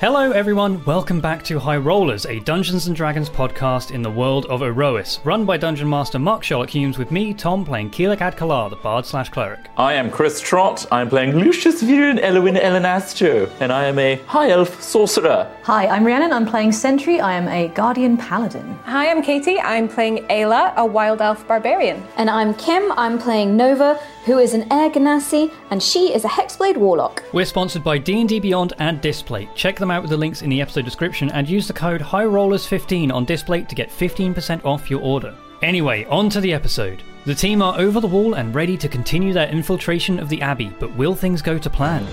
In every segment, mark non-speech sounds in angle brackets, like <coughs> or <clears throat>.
Hello, everyone. Welcome back to High Rollers, a Dungeons and Dragons podcast in the world of Erois, run by Dungeon Master Mark Sherlock Humes, with me, Tom, playing Keelik Adkalar, the bard slash cleric. I am Chris Trott. I'm playing Lucius Viren Elwin Elenastro, and I am a high elf sorcerer. Hi, I'm Rhiannon. I'm playing Sentry. I am a Guardian Paladin. Hi, I'm Katie. I'm playing Ayla, a wild elf barbarian. And I'm Kim. I'm playing Nova, who is an Air Ganassi, and she is a Hexblade Warlock. We're sponsored by D&D Beyond and Displate. Check them out with the links in the episode description and use the code HIGHROLLERS15 on Displate to get 15% off your order. Anyway, on to the episode. The team are over the wall and ready to continue their infiltration of the Abbey, but will things go to plan?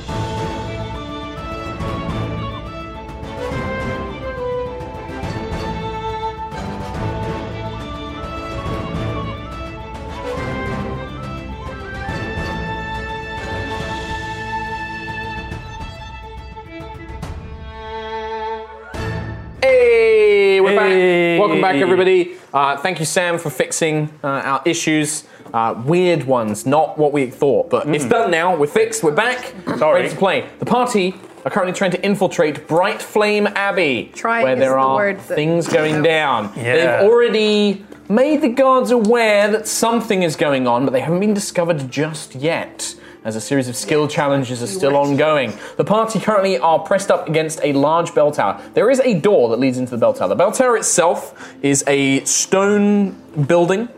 Hey, we're Hey. back. Welcome back, everybody. Uh, thank you, Sam, for fixing uh, our issues. Uh, weird ones, not what we thought, but it's done now. We're fixed. We're back. Mm. Sorry. Ready to play. The party are currently trying to infiltrate Bright Flame Abbey, Trying where is there the are word that- things going down. Yeah. They've already made the guards aware that something is going on, but they haven't been discovered just yet. As a series of skill challenges are still ongoing. The party currently are pressed up against a large bell tower. There is a door that leads into the bell tower. The bell tower itself is a stone building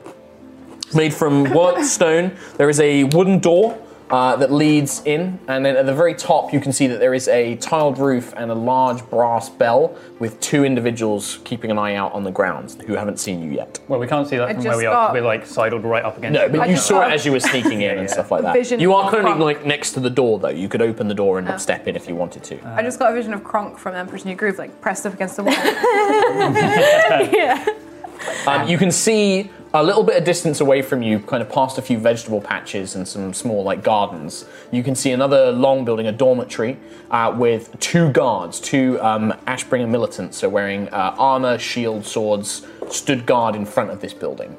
made from <laughs> worked stone. There is a wooden door uh, that leads in, and then at the very top, you can see that there is a tiled roof and a large brass bell with two individuals keeping an eye out on the grounds who haven't seen you yet. Well, we can't see that from where just we are, 'cause got- we're, like sidled right up against No, but you just saw got it as you were <laughs> sneaking in and stuff like that. Oh. vision You of Oh. are currently Kronk. like next to the door, though. You could open the door and step in if you wanted to. I just got a vision of Kronk from Emperor's New Groove, like pressed up against <laughs> the wall. Um, you can see a little bit of distance away from you, kind of past a few vegetable patches and some small like gardens. You can see another long building, a dormitory, uh, with two guards, two um, Ashbringer militants, so wearing uh, armor, shield, swords, stood guard in front of this building.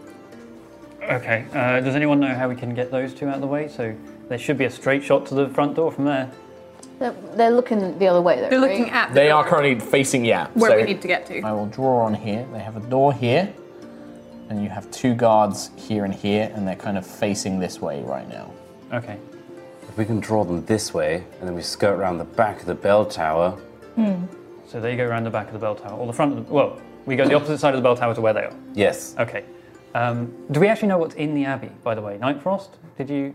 Okay. Uh, does anyone know how we can get those two out of the way? So there should be a straight shot to the front door from there. They're, they're looking the other way. Though, They're right? looking at the They are door currently facing yeah. where so we need to get to. I will draw on here. They have a door here, and you have two guards here and here, and they're kind of facing this way right now. Okay. If we can draw them this way, and then we skirt around the back of the bell tower. So they go around the back of the bell tower, or the front of the. Well, we go the opposite side of the bell tower to where they are. Yes. Okay. Um, do we actually know what's in the abbey, by the way? Nightfrost? Did you?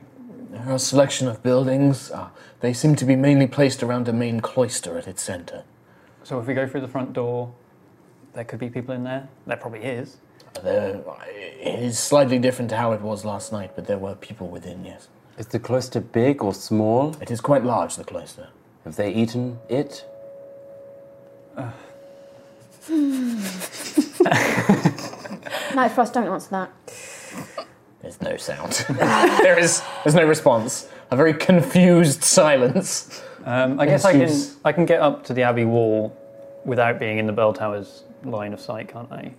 There are a selection of buildings. Uh, they seem to be mainly placed around a main cloister at its centre. So if we go through the front door, there could be people in there. There probably is. There, it is slightly different to how it was last night, but there were people within, yes. Is the cloister big or small? It is quite large, the cloister. Have they eaten it? <laughs> Night Frost, don't answer that. There's no sound. <laughs> there is there's no response. A very confused silence. Um, I guess I can. Excuse. I can get up to the abbey wall without being in the bell tower's line of sight, can't I?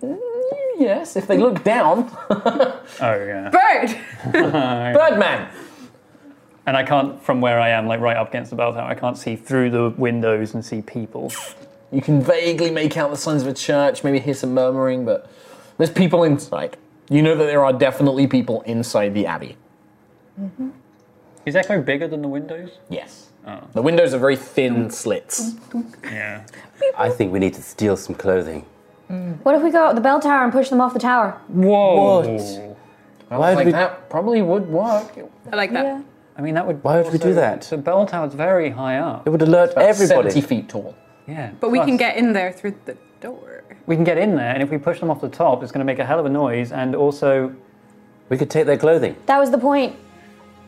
Yes, if they look down. Oh yeah. Bird! Birdman! And I can't, from where I am, like right up against the bell tower, I can't see through the windows and see people. You can vaguely make out the signs of a church, maybe hear some murmuring, but there's people inside. You know that there are definitely people inside the abbey. Is Echo bigger than the windows? Yes. Oh. The windows are very Mm. thin slits. Yeah. I think we need to steal some clothing. What if we go up the bell tower and push them off the tower? Whoa. What? Like Why would we? that probably would work. I like that. I mean, that would. Why would we do also- that? The bell tower's very high up. It would alert everybody. Seventy feet tall. Yeah. But we Plus, can get in there through the door. We can get in there, and if we push them off the top, it's going to make a hell of a noise, and also. We could take their clothing. That was the point.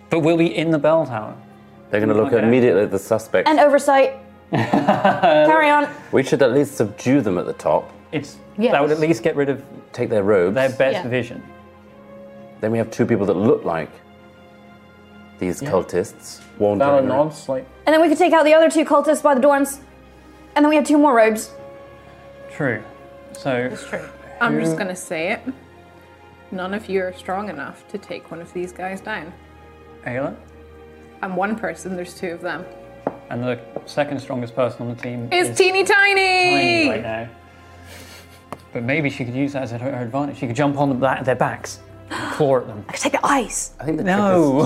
But we'll be in the bell tower. They're going to look Okay. immediately at the suspect. <laughs> And oversight. Carry on. we should at least subdue them at the top, It's Yes. that would at least get rid of take their robes. their best Yeah. vision. Then we have two people that look like these cultists. Valor Wandering. around. nods, like, And then we could take out the other two cultists by the dorms. And then we have two more robes. True. So It's true. I'm just gonna say it. None of you are strong enough to take one of these guys down. Ayla, I'm one person, there's two of them. and the second strongest person on the team It's is teeny tiny tiny! right now. But maybe she could use that as her, her advantage. She could jump on the back, their backs, and claw at <gasps> them. I could take the eyes. I think <laughs> the trick No,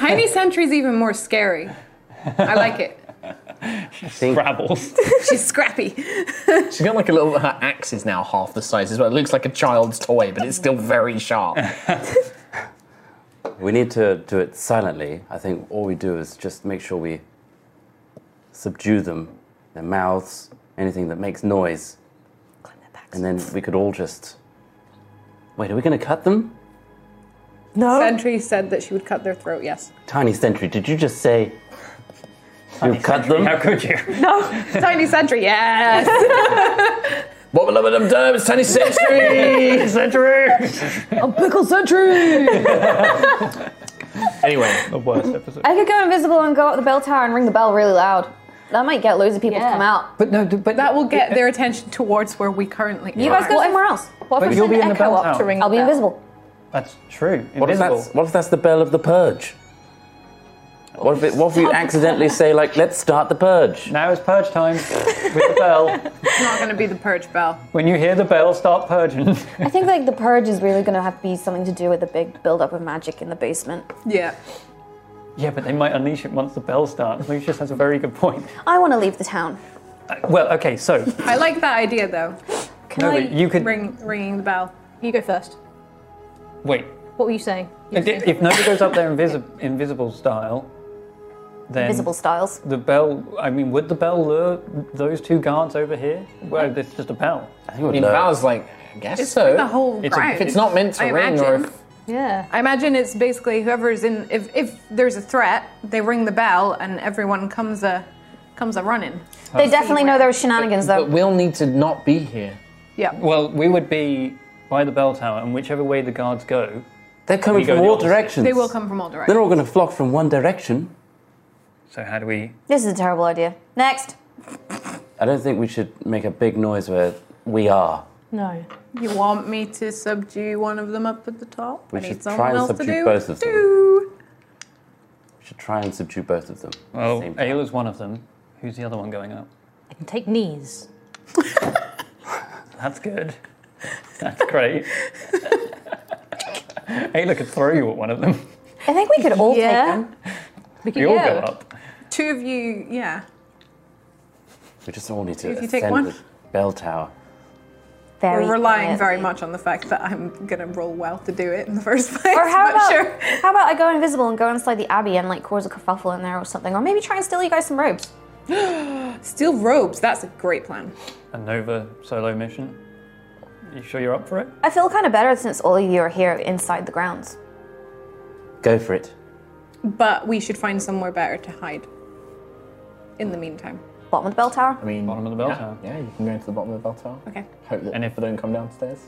Tiny sentry's even more scary. I <laughs> like it. scrabbles. She's scrappy. she's got like a little. Her axe is now half the size as well. It looks like a child's toy, but it's still <laughs> very sharp. is we need to do it silently. I think all we do is just make sure we subdue them, their mouths, anything that makes noise. And then we could all just. Wait, are we going to cut them? Sentry said that she would cut their throat, yes. Tiny Sentry, did you just say you cut them? How could you? Oh, <laughs> Tiny sentry, yes! Wobble up dum dum, it's tiny century! Pickle Century! anyway, The worst episode. I could go invisible and go up the bell tower and ring the bell really loud. That might get loads of people to Yeah. come out. But no, but That will get their attention towards where we currently You are. guys go somewhere else. What if you'll be in the bell up tower. to ring I'll be the bell? invisible. That's true. What if, Invisible. that's, what if that's the bell of the purge? What if, it, what if you accidentally say, like, let's start the purge? Now it's purge time with the bell. It's not going to be the purge bell. <laughs> When you hear the bell, start purging. <laughs> I think like the purge is really gonna have to be something to do with the big buildup of magic in the basement. Yeah. yeah, but they might unleash it once the bell starts. Lucius has a very good point. I want to leave the town. Uh, Well, okay, so I like that idea though. Can no, I? but you could Ring, ringing the bell. You go first. wait. What were you saying? If, if nobody goes up there invisible, invisible style, then Invisible styles. the bell. I mean, would the bell lure those two guards over here? Well, it's just a bell. I think it would I mean, look- Val's like, I guess It's so. the whole It's a- ground. if it's not meant to I ring, or imagine. if Yeah. I imagine it's basically whoever's in. If, if there's a threat, they ring the bell and everyone comes a comes a running. They definitely know there was shenanigans But though. we'll need to not be here. Yeah. Well, we would be by the bell tower, and whichever way the guards go, They're coming We go from the all opposite. directions. They will come from all directions. They're all going to flock from one direction. so how do we? This is a terrible idea. Next. I don't think we should make a big noise where we are. No. You want me to subdue one of them up at the top? We I should need try someone and else to subdue do. both of them. do. We should try and subdue both of them. at the Well, same time. Ayla's one of them. Who's the other one going up? I can take knees. That's good. That's <laughs> great. Ayla could throw you at one of them. I think we could all Yeah. take them. We all go yeah. up. Two of you, yeah. we just all need to If you take ascend one. the bell tower. Very We're relying quietly. very much on the fact that I'm gonna roll well to do it in the first <laughs> place. Or how but about sure. how about I go invisible and go inside the abbey and like cause a kerfuffle in there or something, or maybe try and steal you guys some robes. Steal robes. That's a great plan. A Nova solo mission. You sure you're up for it? I feel kind of better since all of you are here inside the grounds. Go for it. But we should find somewhere better to hide. In the meantime. Bottom of the bell tower. I mean, Bottom of the bell yeah, tower. Yeah, you can go to the bottom of the bell tower. Okay. Hope that And and if- if they don't come downstairs.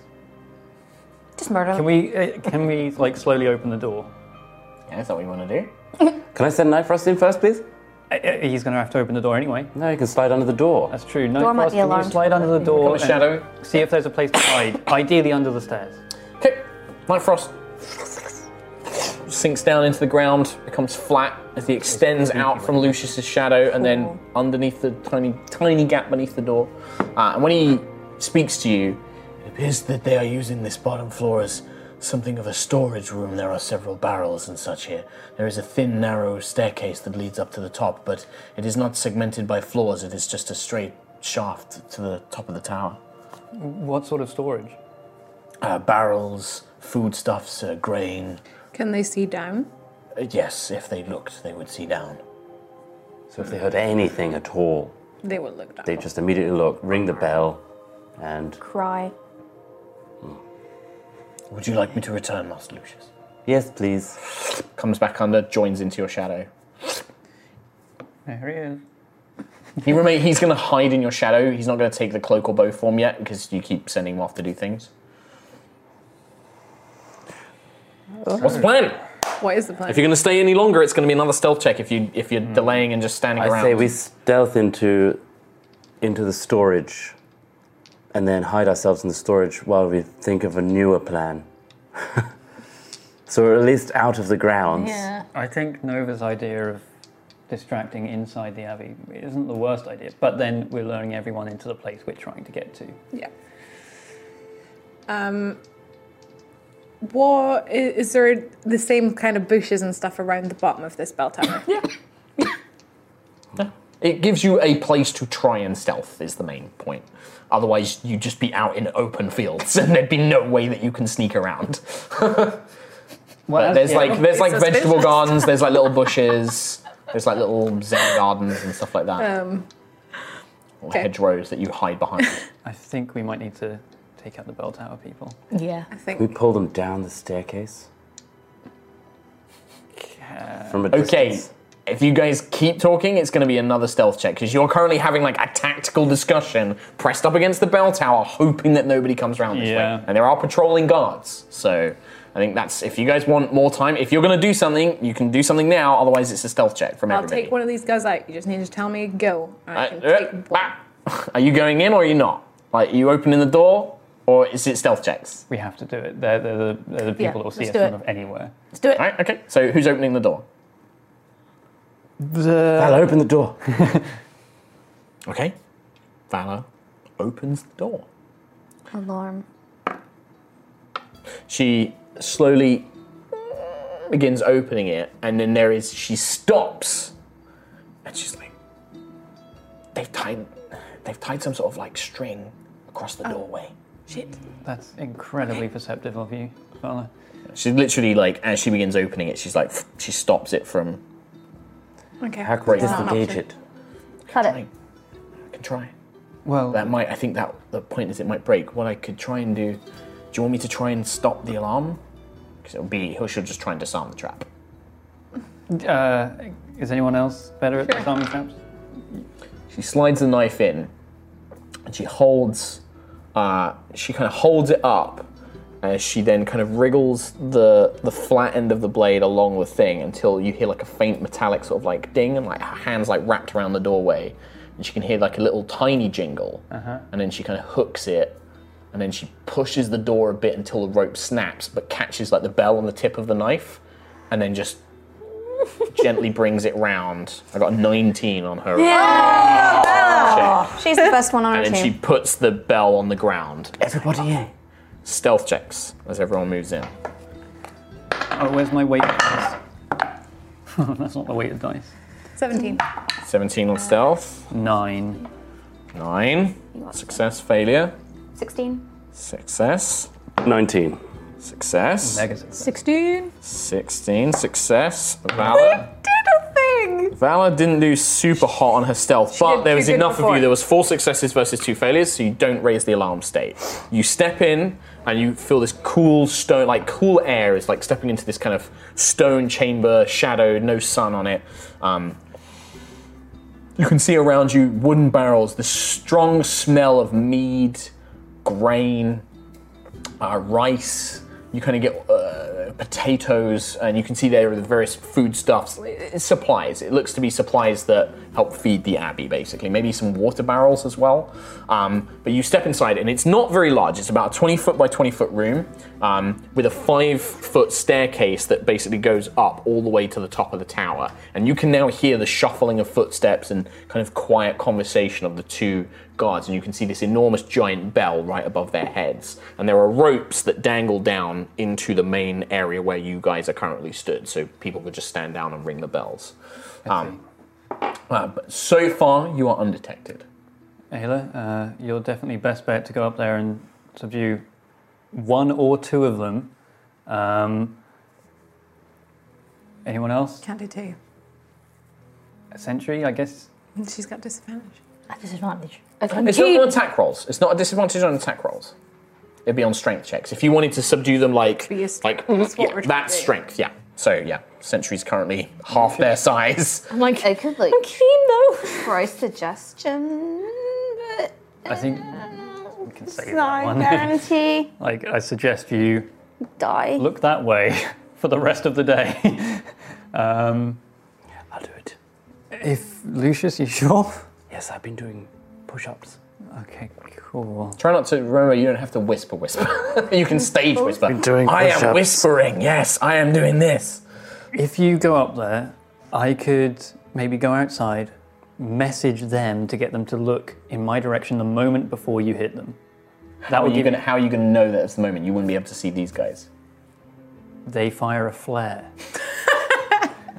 Just murder Can them. we? uh, Can we like slowly open the door? Yeah, is that what you want to do? Can I send Night Frost in first, please? Uh, uh, He's going to have to open the door anyway. No, you can slide under the door. That's true. No, Door might Frost, be can you alarmed. slide under the door? Become a and shadow. See if there's a place to hide. <coughs> Ideally under the stairs. Okay, Night Frost sinks down into the ground, becomes flat as he extends out from Lucius's shadow, and then underneath the tiny, tiny gap beneath the door. Uh, and when he speaks to you, it appears that they are using this bottom floor as something of a storage room. There are several barrels and such here. There is a thin, narrow staircase that leads up to the top, but it is not segmented by floors. It is just a straight shaft to the top of the tower. What sort of storage? Uh, barrels, foodstuffs, uh, grain. Uh, Can they see down? Yes, if they looked, they would see down. So if they heard anything at all, They will look down. They just immediately look, ring the bell, and Cry. Would you like me to return, Master Lucius? Yes, please. Comes back under, joins into your shadow. There he is. He remain, he's going to hide in your shadow. He's not going to take the cloak or bow form yet because you keep sending him off to do things. What's the plan? What is the plan? If you're going to stay any longer, it's going to be another stealth check. If you if you're delaying and just standing I around, say we stealth into into the storage, and then hide ourselves in the storage while we think of a newer plan. <laughs> so we're at least out of the grounds. I think Nova's idea of distracting inside the abbey isn't the worst idea, but then we're luring everyone into the place we're trying to get to. Yeah. Um. What i- is, there the same kind of bushes and stuff around the bottom of this bell tower? yeah. It gives you a place to try and stealth is the main point. Otherwise, you'd just be out in open fields, <laughs> and there'd be no way that you can sneak around. <laughs> But there's yeah. like there's It's like suspicious. vegetable gardens, there's <laughs> like little bushes, there's like little zen gardens and stuff like that, Um. or okay. hedgerows that you hide behind. I think we might need to take out the bell tower people. Yeah. I We think. pull them down the staircase. From a okay, if you guys keep talking, it's going to be another stealth check because you're currently having like a tactical discussion pressed up against the bell tower, hoping that nobody comes around this Yeah. way. And there are patrolling guards, so I think that's if you guys want more time. If you're going to do something, you can do something now. Otherwise, it's a stealth check from I'll everybody. take one of these guys out. You just need to tell me go. I Uh, can uh, ah. take one. <laughs> Are you going in or are you not? Like, are you opening the door or is it stealth checks? We have to do it. They're, they're, the, they're the people Yeah, that will see let's us do from it. anywhere. Let's do it. All right, okay. So who's opening the door? Val, open the door. <laughs> Okay. Valor opens the door. Alarm. She slowly begins opening it, and then there is she stops, and she's like, "They've tied, they've tied some sort of like string across the doorway." Shit. That's incredibly perceptive of you, Fala. She literally like as she begins opening it, she's like she stops it from Okay. Cut it. I can try. Well, that might. I think that the point is it might break. What I could try and do. Do you want me to try and stop the alarm? Because it'll be. He'll she'll just try and disarm the trap. Uh, is anyone else better at disarming traps? She slides the knife in, and she holds. Uh, she kind of holds it up as she then kind of wriggles the the flat end of the blade along the thing until you hear like a faint metallic sort of like ding, and like her hands like wrapped around the doorway, and she can hear like a little tiny jingle, Uh-huh. and then she kind of hooks it. And then she pushes the door a bit until the rope snaps, but catches like the bell on the tip of the knife, and then just <laughs> gently brings it round. I got a 19 on her. She's the best one on our And then she team. puts the bell on the ground. Everybody in. Stealth checks as everyone moves in. Oh, where's my weight? dice? <laughs> That's not the weighted dice. Seventeen. 17 on stealth. Nine. Nine. Success, failure. 16. Success. 19. Success. Negative. 16. 16. Success. Valor. Thing. Valor didn't do super hot on her stealth, but did there too was good enough of before. you. There was four successes versus two failures, so you don't raise the alarm state. You step in and you feel this cool stone, like cool air is like stepping into this kind of stone chamber, shadowed, no sun on it. Um, you can see around you wooden barrels, this strong smell of mead, grain, uh, rice. You kind of get uh, potatoes, and you can see there are the various foodstuffs, It's supplies. It looks to be supplies that help feed the abbey, basically. Maybe some water barrels as well. Um, but you step inside, and it's not very large. It's about a 20 foot by 20 foot room um, with a five foot staircase that basically goes up all the way to the top of the tower. And you can now hear the shuffling of footsteps and kind of quiet conversation of the two guards, and you can see this enormous giant bell right above their heads. And there are ropes that dangle down into the main area where you guys are currently stood, so people could just stand down and ring the bells. Um, uh, but so far, you are undetected. Ayla, uh, you're definitely best bet to go up there and subdue one or two of them. Um, anyone else? Can't do two. A century, I guess. She's got disadvantage. At disadvantage. It's not on attack rolls. It's not a disadvantage on attack rolls. It'd be on strength checks. If you wanted to subdue them, like That's like what yeah, we're trying that's to do. strength. Yeah. So yeah, Sentry's currently half their size. I'm like, I could like. I'm keen though. For a suggestion, but uh, I <laughs> think we can it's save that not a one. <laughs> guarantee. like, I suggest you Die. look that way <laughs> for the rest of the day. <laughs> um, I'll do it. If Lucius, <laughs> you sure? Yes, I've been doing push-ups. Okay, cool. Try not to remember. You don't have to whisper. <laughs> Whisper. you can stage whisper. Been doing I am push-ups. whispering. Yes, I am doing this. If you go up there, I could maybe go outside, message them to get them to look in my direction the moment before you hit them. How That are would you give gonna How are you gonna know that it's the moment? You wouldn't be able to see these guys. They fire a flare.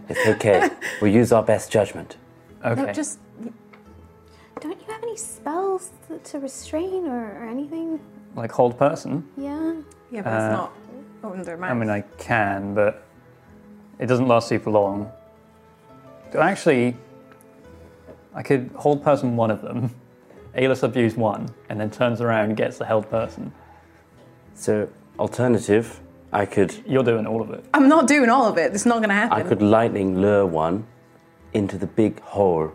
It's okay. we'll use our best judgment. No, just. Don't you have any spells to- to restrain or, or anything? like hold person. Yeah. Yeah, but it's Uh, not under I mean, I can, but it doesn't last super long. So Actually, I could hold person one of them. Ayla subdues one, and then turns around and gets the held person. So, alternative, I could. You're doing all of it. <laughs> I'm not doing all of it. It's not going to I happen. could lightning lure one into the big hole.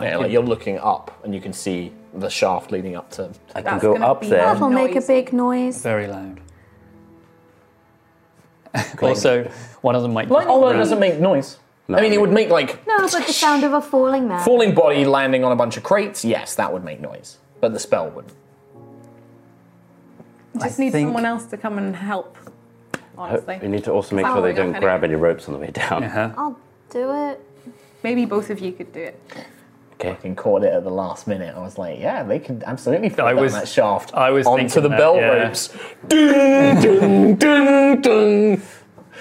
Yeah, like you're looking up and you can see the shaft leading up to. I can go up there. That'll make a big noise. Very loud. also, one of them might. Lightning bolt doesn't make noise. I mean, it would make like No, but the sound of a falling man. <sniffs> falling body landing on a bunch of crates. Yes, that would make noise, but the spell wouldn't. just I need think- someone else to come and help. Honestly, We need to also make sure they Following don't up grab any ropes on the way down. I'll do it. Maybe both of you could do it. Okay. Fucking caught it at the last minute. I was like, yeah, they could absolutely fit I down was- that shaft. I was onto thinking the that, bell yeah. ropes. Dun, dun, dun, dun.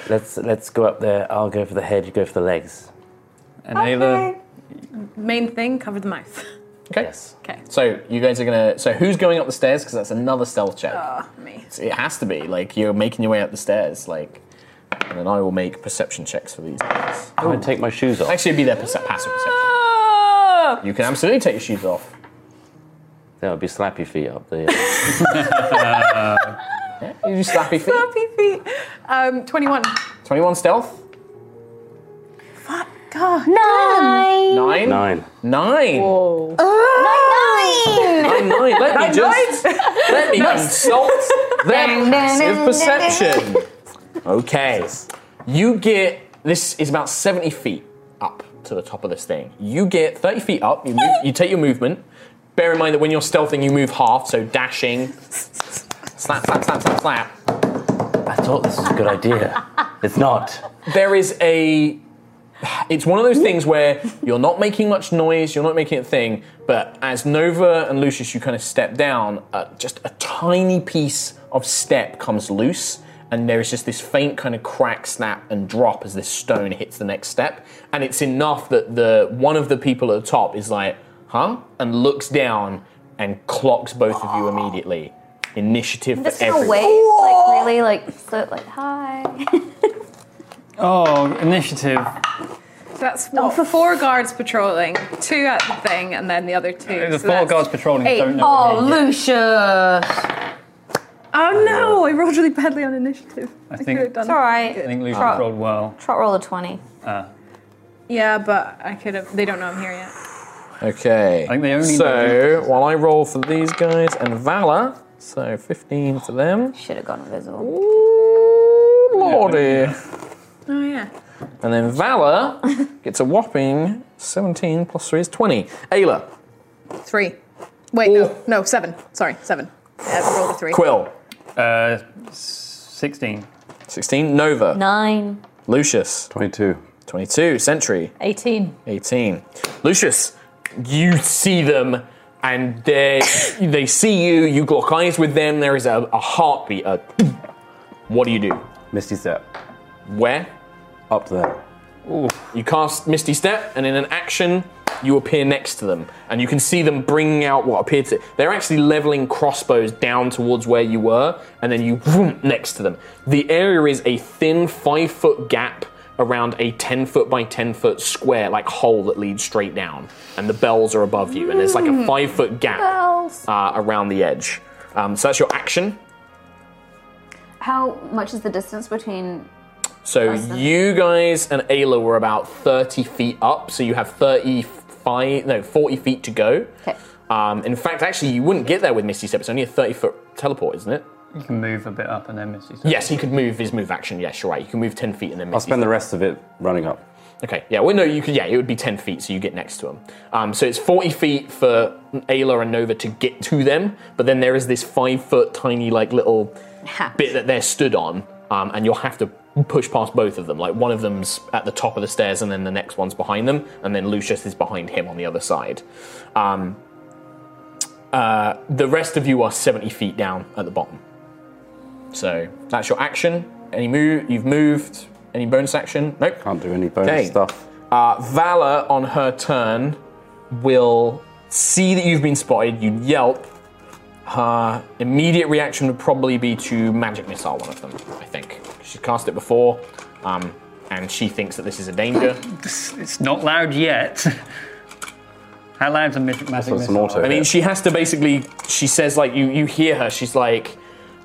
Let's let's go up there. I'll go for the head. You go for the legs. And Ayla, Main thing: cover the mouth. Okay. Okay. So you guys are gonna. So who's going up the stairs? Because that's another stealth check. Ah, me. It has to be. Like you're making your way up the stairs. Like, and then I will make perception checks for these. guys. I'm gonna take my shoes off. Actually, it'd be their perce- passive perception. Oh! You can absolutely take your shoes off. That would be slappy feet up there. You just <laughs> slappy feet. Happy feet. Um, Twenty-one. Twenty-one stealth. God. Nine. Nine. Nine. Nine. Whoa. Nine. Nine. Let me Nine, just <laughs> let me consult their Dun, dun, passive dun, perception. Okay. You get this is about 70 feet up to the top of this thing. You get 30 feet up, you move, you take your movement. Bear in mind that when you're stealthing, you move half, so dashing. Slap, slap, slap, slap, slap. I thought this was a good <laughs> idea. It's not. There is a it's one of those things where you're not making much noise, you're not making a thing, but as Nova and Lucius, you kind of step down, uh, just a tiny piece of step comes loose, and there is just this faint kind of crack, snap, and drop as this stone hits the next step, and it's enough that the one of the people at the top is like, "Huh?" and looks down and clocks both of you immediately. Initiative Just for gonna everyone. wave, like really, like so, like hi. oh, initiative. That's what? for four guards patrolling, two at the thing, and then the other two. The So four that's guards patrolling eight. don't know. Oh, what they did. Lucia. Oh no! I rolled really badly on initiative. I, think- could have done. It's all right. I think Lucius Trot- rolled well. Trot roll a twenty. Uh, Yeah, Uh, but I could have. They don't know I'm here yet. Okay. I think they only So while I roll for these guys and Valor, so 15 for them. Should have gone invisible. Ooh, lordy. Oh yeah. And <laughs> then Valor gets a whopping 17 plus 3 is 20. Ayla, Three. Wait, no, no, seven. Sorry, seven. Uh, rolled a three. Quill, uh, 16. 16. Nova, Nine. Lucius, Twenty-two. 22. Sentry, 18. 18. Lucius, you see them and they they see you, you lock eyes with them, there is a, a heartbeat. A what do you do? <laughs> Misty step. Where? Up there. You cast Misty Step, and in an action, you appear next to them, and you can see them bringing out what appear to. They're actually leveling crossbows down towards where you were, and then you vroom, next to them. The area is a thin five foot gap around a 10 foot by 10 foot square like hole that leads straight down and the bells are above you and there's like a Mm. five foot gap uh, around the edge um, so that's your action How much is the distance between? so you guys and ayla were about 30 feet up so you have 35 no 40 feet to go Okay. um, in fact actually you wouldn't get there with misty step it's only a 30 foot teleport isn't it You can move a bit up and then miss yourself. yes he could move his move action yes you're right you can move 10 feet and then I'll Misty spend the Step. rest of it running up. Okay. Yeah. Well, no, you could. Yeah, it would be ten feet, so you get next to them. Um, so it's forty feet for Ayla and Nova to get to them, but then there is this five foot tiny like little bit that they're stood on, um, and you'll have to push past both of them. Like one of them's at the top of the stairs, and then the next one's behind them, and then Lucius is behind him on the other side. Um, uh, the rest of you are seventy feet down at the bottom. So that's your action. Any move? You've moved. Any bonus action? Nope. Can't do any bonus Okay. stuff. Uh, Valor, on her turn, will see that you've been spotted. You yelp. Her immediate reaction would probably be to magic missile one of them. I think she's cast it before, um, and she thinks that this is a danger. It's not loud yet. How loud's a mi- magic missile? I mean, she has to basically. She says like you. You hear her. She's like,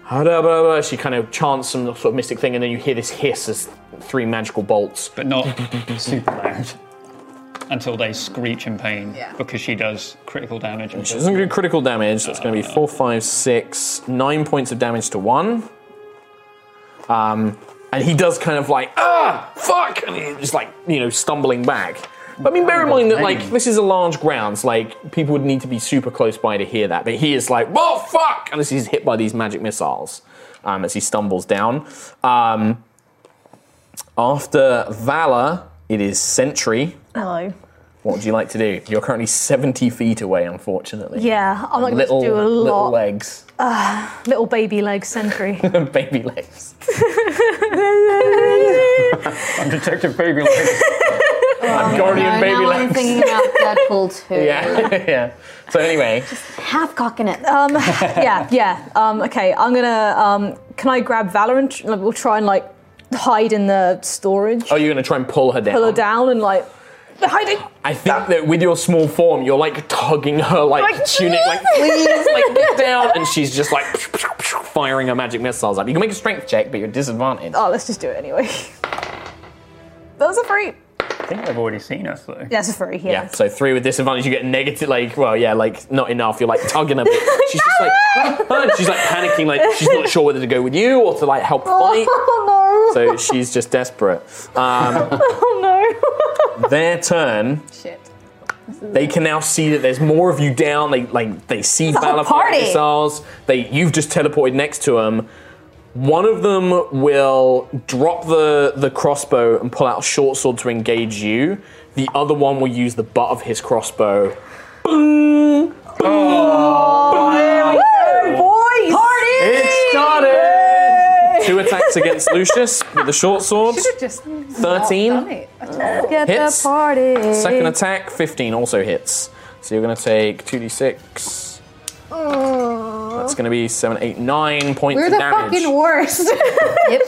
"Ha-da-ba-ba." she kind of chants some sort of mystic thing, and then you hear this hiss as three magical bolts, but <laughs> not super loud. Until they screech in pain because she does critical damage. She doesn't do critical damage. That's going to be four, five, six, nine points of damage to one. Um, and he does kind of like ah fuck, and he's just like you know stumbling back. But I mean, bear in mind that like this is a large grounds. Like people would need to be super close by to hear that. But he is like well fuck, and he's hit by these magic missiles um, as he stumbles down. Um, after Valor, it is Sentry. Hello. What would you like to do? You're currently 70 feet away, unfortunately. Yeah, I'm not going to do little, a Little lot. legs. <laughs> Ah, little baby leg sentry. baby legs. Undetected baby legs. Oh, I'm no, guardian baby now I'm legs. thinking <laughs> about Deadpool too. yeah, <laughs> Oh. yeah. So anyway, Half cocking it. Um, yeah, yeah. Um, okay, I'm gonna. Um, can I grab Valor and tr- we'll try and like hide in the storage, oh, you're gonna try and pull her down. pull her down, and like hide it. I think that with your small form, you're like tugging her, like, Like, tuning, like please. please, like get down, and she's just like firing her magic missiles up. You can make a strength check, but you're disadvantaged. Oh, let's just do it anyway. that was a free. I think they've already seen us though. That's a free. Yeah, so three with disadvantage, you get negative, like, well, yeah, like, not enough. You're like tugging a bit. She's just like, <laughs> "Ah," and she's like panicking, like, she's not sure whether to go with you or to like <laughs> help fight. So she's just desperate. Um, oh their turn, no! Shit. they can now see that there's more of you down. They like they see It's a whole Valor party. missiles. They you've just teleported next to them. One of them will drop the the crossbow and pull out a short sword to engage you. The other one will use the butt of his crossbow. Boom! boys! Party! It started! Two attacks against Lucius with the short sword. just 13. not done it at all. Get the Hits. party. Second attack, 15 also hits. So you're going to take 2d6. That's going to be 7, 8, 9 points We're of the damage. fucking worst. yep.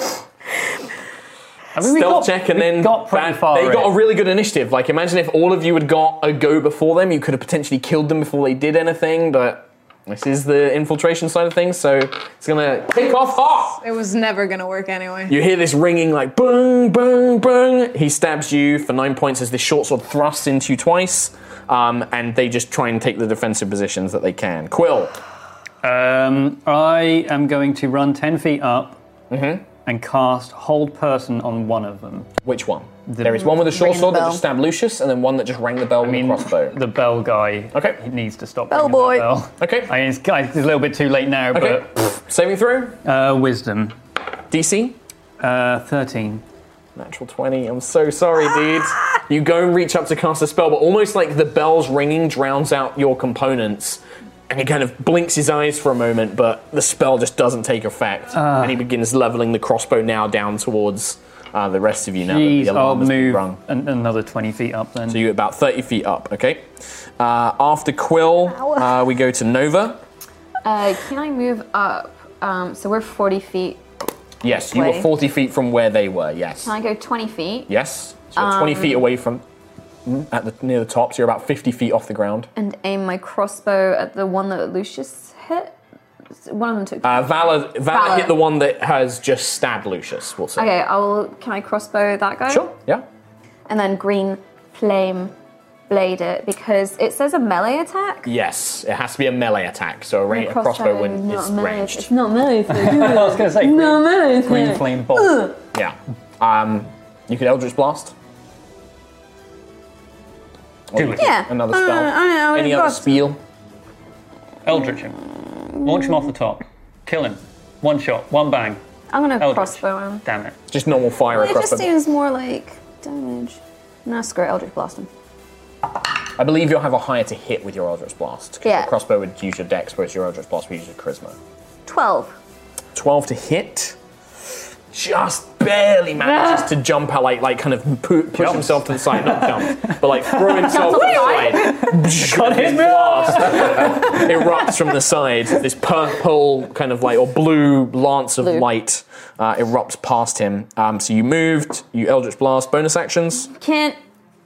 Stealth check and then bad- they got a really good initiative. Like imagine if all of you had got a go before them, you could have potentially killed them before they did anything. But this is the infiltration side of things, so it's gonna kick off hot. It was never gonna work anyway. You hear this ringing like boom, boom, boom. He stabs you for nine points as this short sword thrusts into you twice, um, and they just try and take the defensive positions that they can. Quill. Um, I am going to run 10 feet up Mm-hmm. and cast Hold Person on one of them. Which one? there is one with a short sword that just stabbed Lucius, and then one that just rang the bell with a crossbow. The bell guy okay. he needs to stop. Bell ringing that boy. Bell. Okay. I mean, it's, it's a little bit too late now, Okay. but. Saving throw? Uh, wisdom. DC? Uh, 13. Natural 20. I'm so sorry, <laughs> dude. You go and reach up to cast a spell, but almost like the bell's ringing drowns out your components. And he kind of blinks his eyes for a moment, but the spell just doesn't take effect. Ah. and he begins leveling the crossbow now down towards uh, the rest of you now. that the Jeez, I'll alarm has been move rung. an- another 20 feet up then. So you're about 30 feet up, okay? Uh, after Quill, uh, we go to Nova. Uh, can I move up? Um, so we're 40 feet Yes, you were Way. 40 feet from where they were, yes. Can I go 20 feet? Yes. So you're 20 Um, feet away from mm, at the near the top, so you're about 50 feet off the ground. And aim my crossbow at the one that Lucius hit? One of them took. Uh, Valor, Valor, Valor. hit the one that has just stabbed Lucius. We'll say. okay, I'll. Can I crossbow that guy? Sure. Yeah. And then green flame blade it because it says a melee attack. Yes, it has to be a melee attack. So a, ra- a And crossbow is win not is melee. ranged. It's not melee. I was gonna say, no melee. green attack. flame bolt. Ugh. Yeah. Um, you could Eldritch Blast. Or Do you it. could Yeah. Oh, Another I spell. don't know, I don't know, Any I've other got- spiel? Eldritch him. Launch him off the top. Kill him. One shot, one bang. I'm gonna Eldritch. crossbow him. Damn it. Just normal fire It just seems more like damage. No, screw it, Eldritch Blast him. I believe you'll have a higher to hit with your Eldritch Blast. 'cause Yeah. Your crossbow would use your dex, whereas your Eldritch Blast would use your charisma. 12. 12 to hit. Just barely manages to jump out, like, like kind of pu- push himself to the side, not jump, but like <laughs> throw himself to the side. <laughs> Got his blast <laughs> erupts from the side. This purple kind of like or blue lance of light uh, erupts past him. Um, so you moved, you Eldritch Blast, bonus actions. Can't.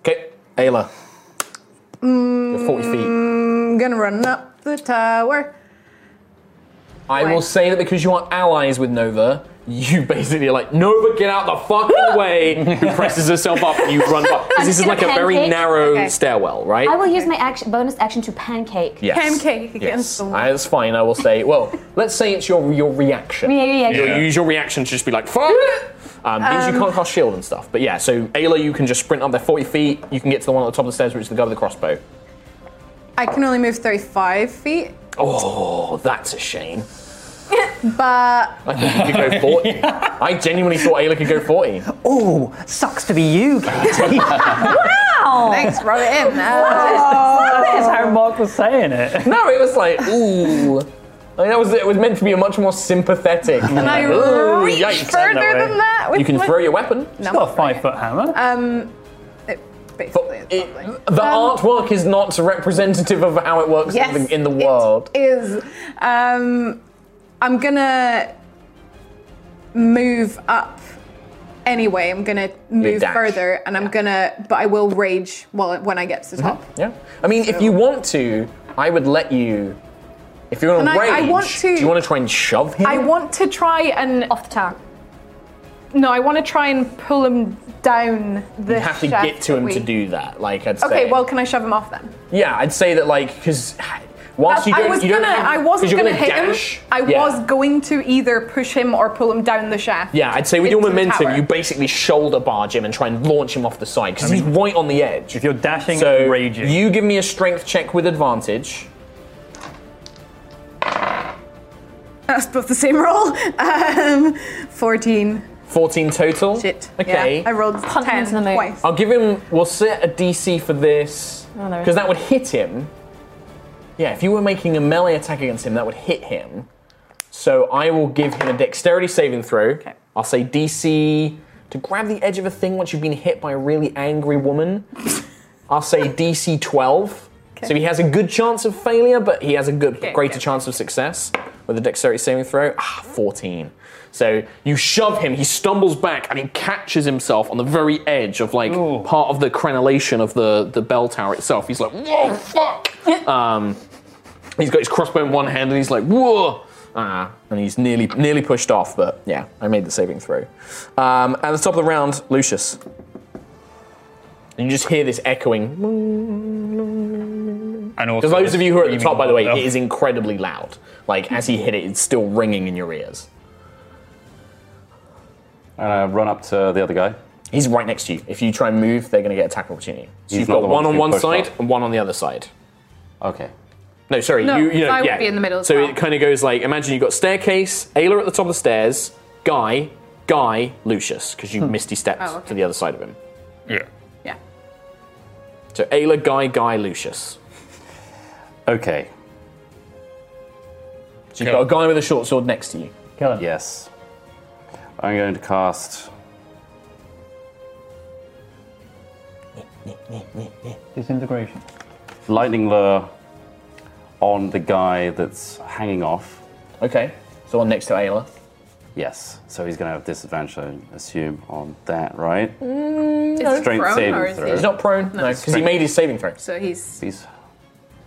Okay, Ayla, Mm, you're 40 feet. Mm, I'm gonna run up the tower. I will say that because you are allies with Nova, you <laughs> basically are like, Nova, get out the <gasps> fucking way! Who presses herself up and you run <laughs> up. I'm Because this just is like a gonna very pancake. narrow Okay. stairwell, right? I will use my action, bonus action to pancake. Yes. Pancake Yes. I- that's fine. I will say, well, let's say it's your your reaction. Re- reaction. You'll Yeah. use your reaction to just be like, fuck! Um, means you Um, can't cast shield and stuff. But yeah, so Ayla, you can just sprint up there 40 feet. You can get to the one at the top of the stairs, which is the guy with the crossbow. I can only move 35 feet, Oh, that's a shame. but I think you could <laughs> go 40. I genuinely thought Ayla could go 40. Oh, sucks to be you, Katie. wow! Thanks, rub it <laughs> in. That's how Mark was saying it. No, it was like, ooh. I mean, that was, it was meant to be a much more sympathetic. <laughs> Can I Ooh, reach yikes. further than that? with you can my- throw your weapon. No. got a five foot hammer. Um, it basically is The artwork is not representative of how it works Um. Yes, in, the, in the world. is um, I'm gonna move up anyway. I'm gonna move dash. further, and I'm gonna, but I will rage while when I get to the top. Yeah. I mean, if you want to, I would let you. If you're on And rage, I- I want do to- you want to try and shove him? I want to try and off the tower. No, I want to try and pull him down the. you have to shaft get to that him we- to do that. Like I'd Okay, say. well, can I shove him off then? Yeah, I'd say that like because once That's- you don't, I was you don't gonna, have- I 'cause wasn't you're gonna, hit dash. him. I Yeah. was going to either push him or pull him down the shaft. Yeah, I'd say with your into the tower. <laughs> momentum, you basically shoulder barge him and try and launch him off the side because he's right on the edge. If you're dashing, so and raging, you give me a strength check with advantage. That's both the same roll. Um, 14. 14 total. Shit. Okay. Yeah, I rolled 10 twice. I'll give him. We'll set a DC for this Oh, there is- because that would hit him. Yeah, if you were making a melee attack against him, that would hit him. So I will give him a dexterity saving throw. Okay. I'll say DC to grab the edge of a thing once you've been hit by a really angry woman. I'll say DC 12. So he has a good chance of failure, but he has a good, greater chance of success with a dexterity saving throw. Ah, 14. So you shove him, he stumbles back, and he catches himself on the very edge of like part of the crenellation of the, the bell tower itself. He's like, whoa, fuck! um, he's got his crossbow in one hand, and he's like, whoa! Ah, and he's nearly nearly pushed off, but yeah, I made the saving throw. Um, at the top of the round, Lucius. And you just hear this echoing. And also Because those of you who are at the top, by the way, above it is incredibly loud. Like as he hit it, it's still ringing in your ears. And I run up to the other guy. He's right next to you. If you try and move, they're going to get attack opportunity. So He's you've not got the one one on who one pushed side up. and one on the other side. Okay. No, sorry. No, you, you know, so I would yeah. be in the middle as So well. it kind of goes like imagine you've got staircase, Ayla at the top of the stairs, Guy, Guy, Lucius, because you misty stepped Oh, okay. to the other side of him. Yeah. Yeah. So Ayla, Guy, Guy, Lucius. Okay. So you've got a guy with a short sword next to you. Kill him. Yes. I'm going to cast. Disintegration. lightning lure on the guy that's hanging off. Okay, so on next to Ayla. Yes. So he's going to have disadvantage, I assume, on that, right? Mm, is he Strength prone saving or is throw. he- He's not prone. No, because he made his saving throw. So he's. He's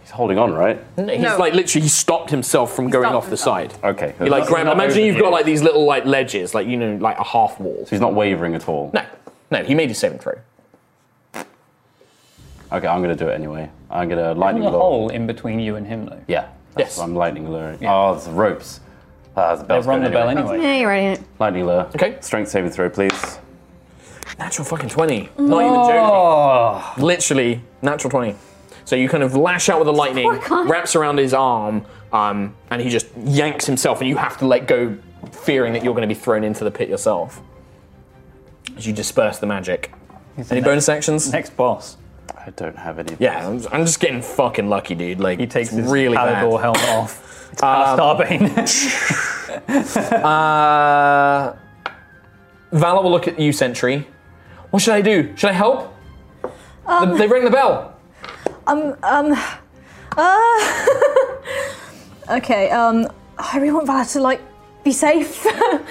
he's holding on, right? He's like literally he stopped himself from going off the side. Okay. He like He's grabbed, not imagine moving you've yet. got like these little like ledges, like you know, like a half wall. So he's not wavering at all. No, no, he made his saving throw. Okay, I'm going to do it anyway. I'm going to lightning a bolt. hole in between you and him, though. Yeah. That's yes. I'm lightning lure. Oh, it's the ropes. Ah, the bell's They've rung going the bell anyway. Yeah, you're right. Lightning lure. Okay. Strength saving throw, please. Natural fucking 20. Not even joking. Literally, natural 20. So you kind of lash out with the lightning, wraps around his arm, um, and he just yanks himself, and you have to let go, fearing that you're going to be thrown into the pit yourself. As you disperse the magic. Any bonus actions? Next boss. I don't have any. Yeah, I'm, I'm just getting fucking lucky, dude. Like he takes his really Palador bad. Um, helmet <laughs> off. It's past our uh, Valor will look at you, Sentry. What should I do? Should I help? Um, they ring the bell. Um, um, uh, <laughs> okay, um, I really want Vala to, like, be safe. <laughs> Um,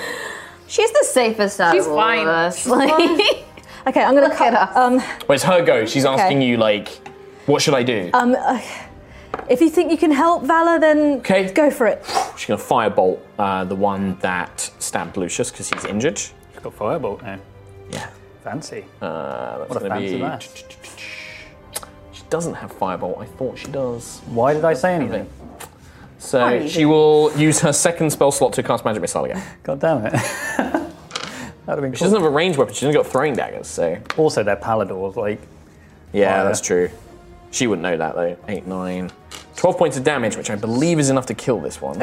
She's the safest out She's of all fine. of us. She's <laughs> fine. okay, I'm gonna cut. Um, Well, it's her go. She's Okay. asking you like, what should I do? um, uh, if you think you can help Vala, then Okay. go for it. She's gonna firebolt uh, the one that stabbed Lucius because he's injured. She's got firebolt now. Yeah, fancy. Uh, that's What a gonna fancy be. lass. She doesn't have firebolt. I thought she does. Why did I say anything? So Why? she will use her second spell slot to cast magic missile again. God damn it. <laughs> That'd have been She doesn't have a ranged weapon. She doesn't got throwing daggers. So also they're paladors. Like yeah, Fire. that's true. She wouldn't know that though. Eight, nine, 12 points of damage, which I believe is enough to kill this one.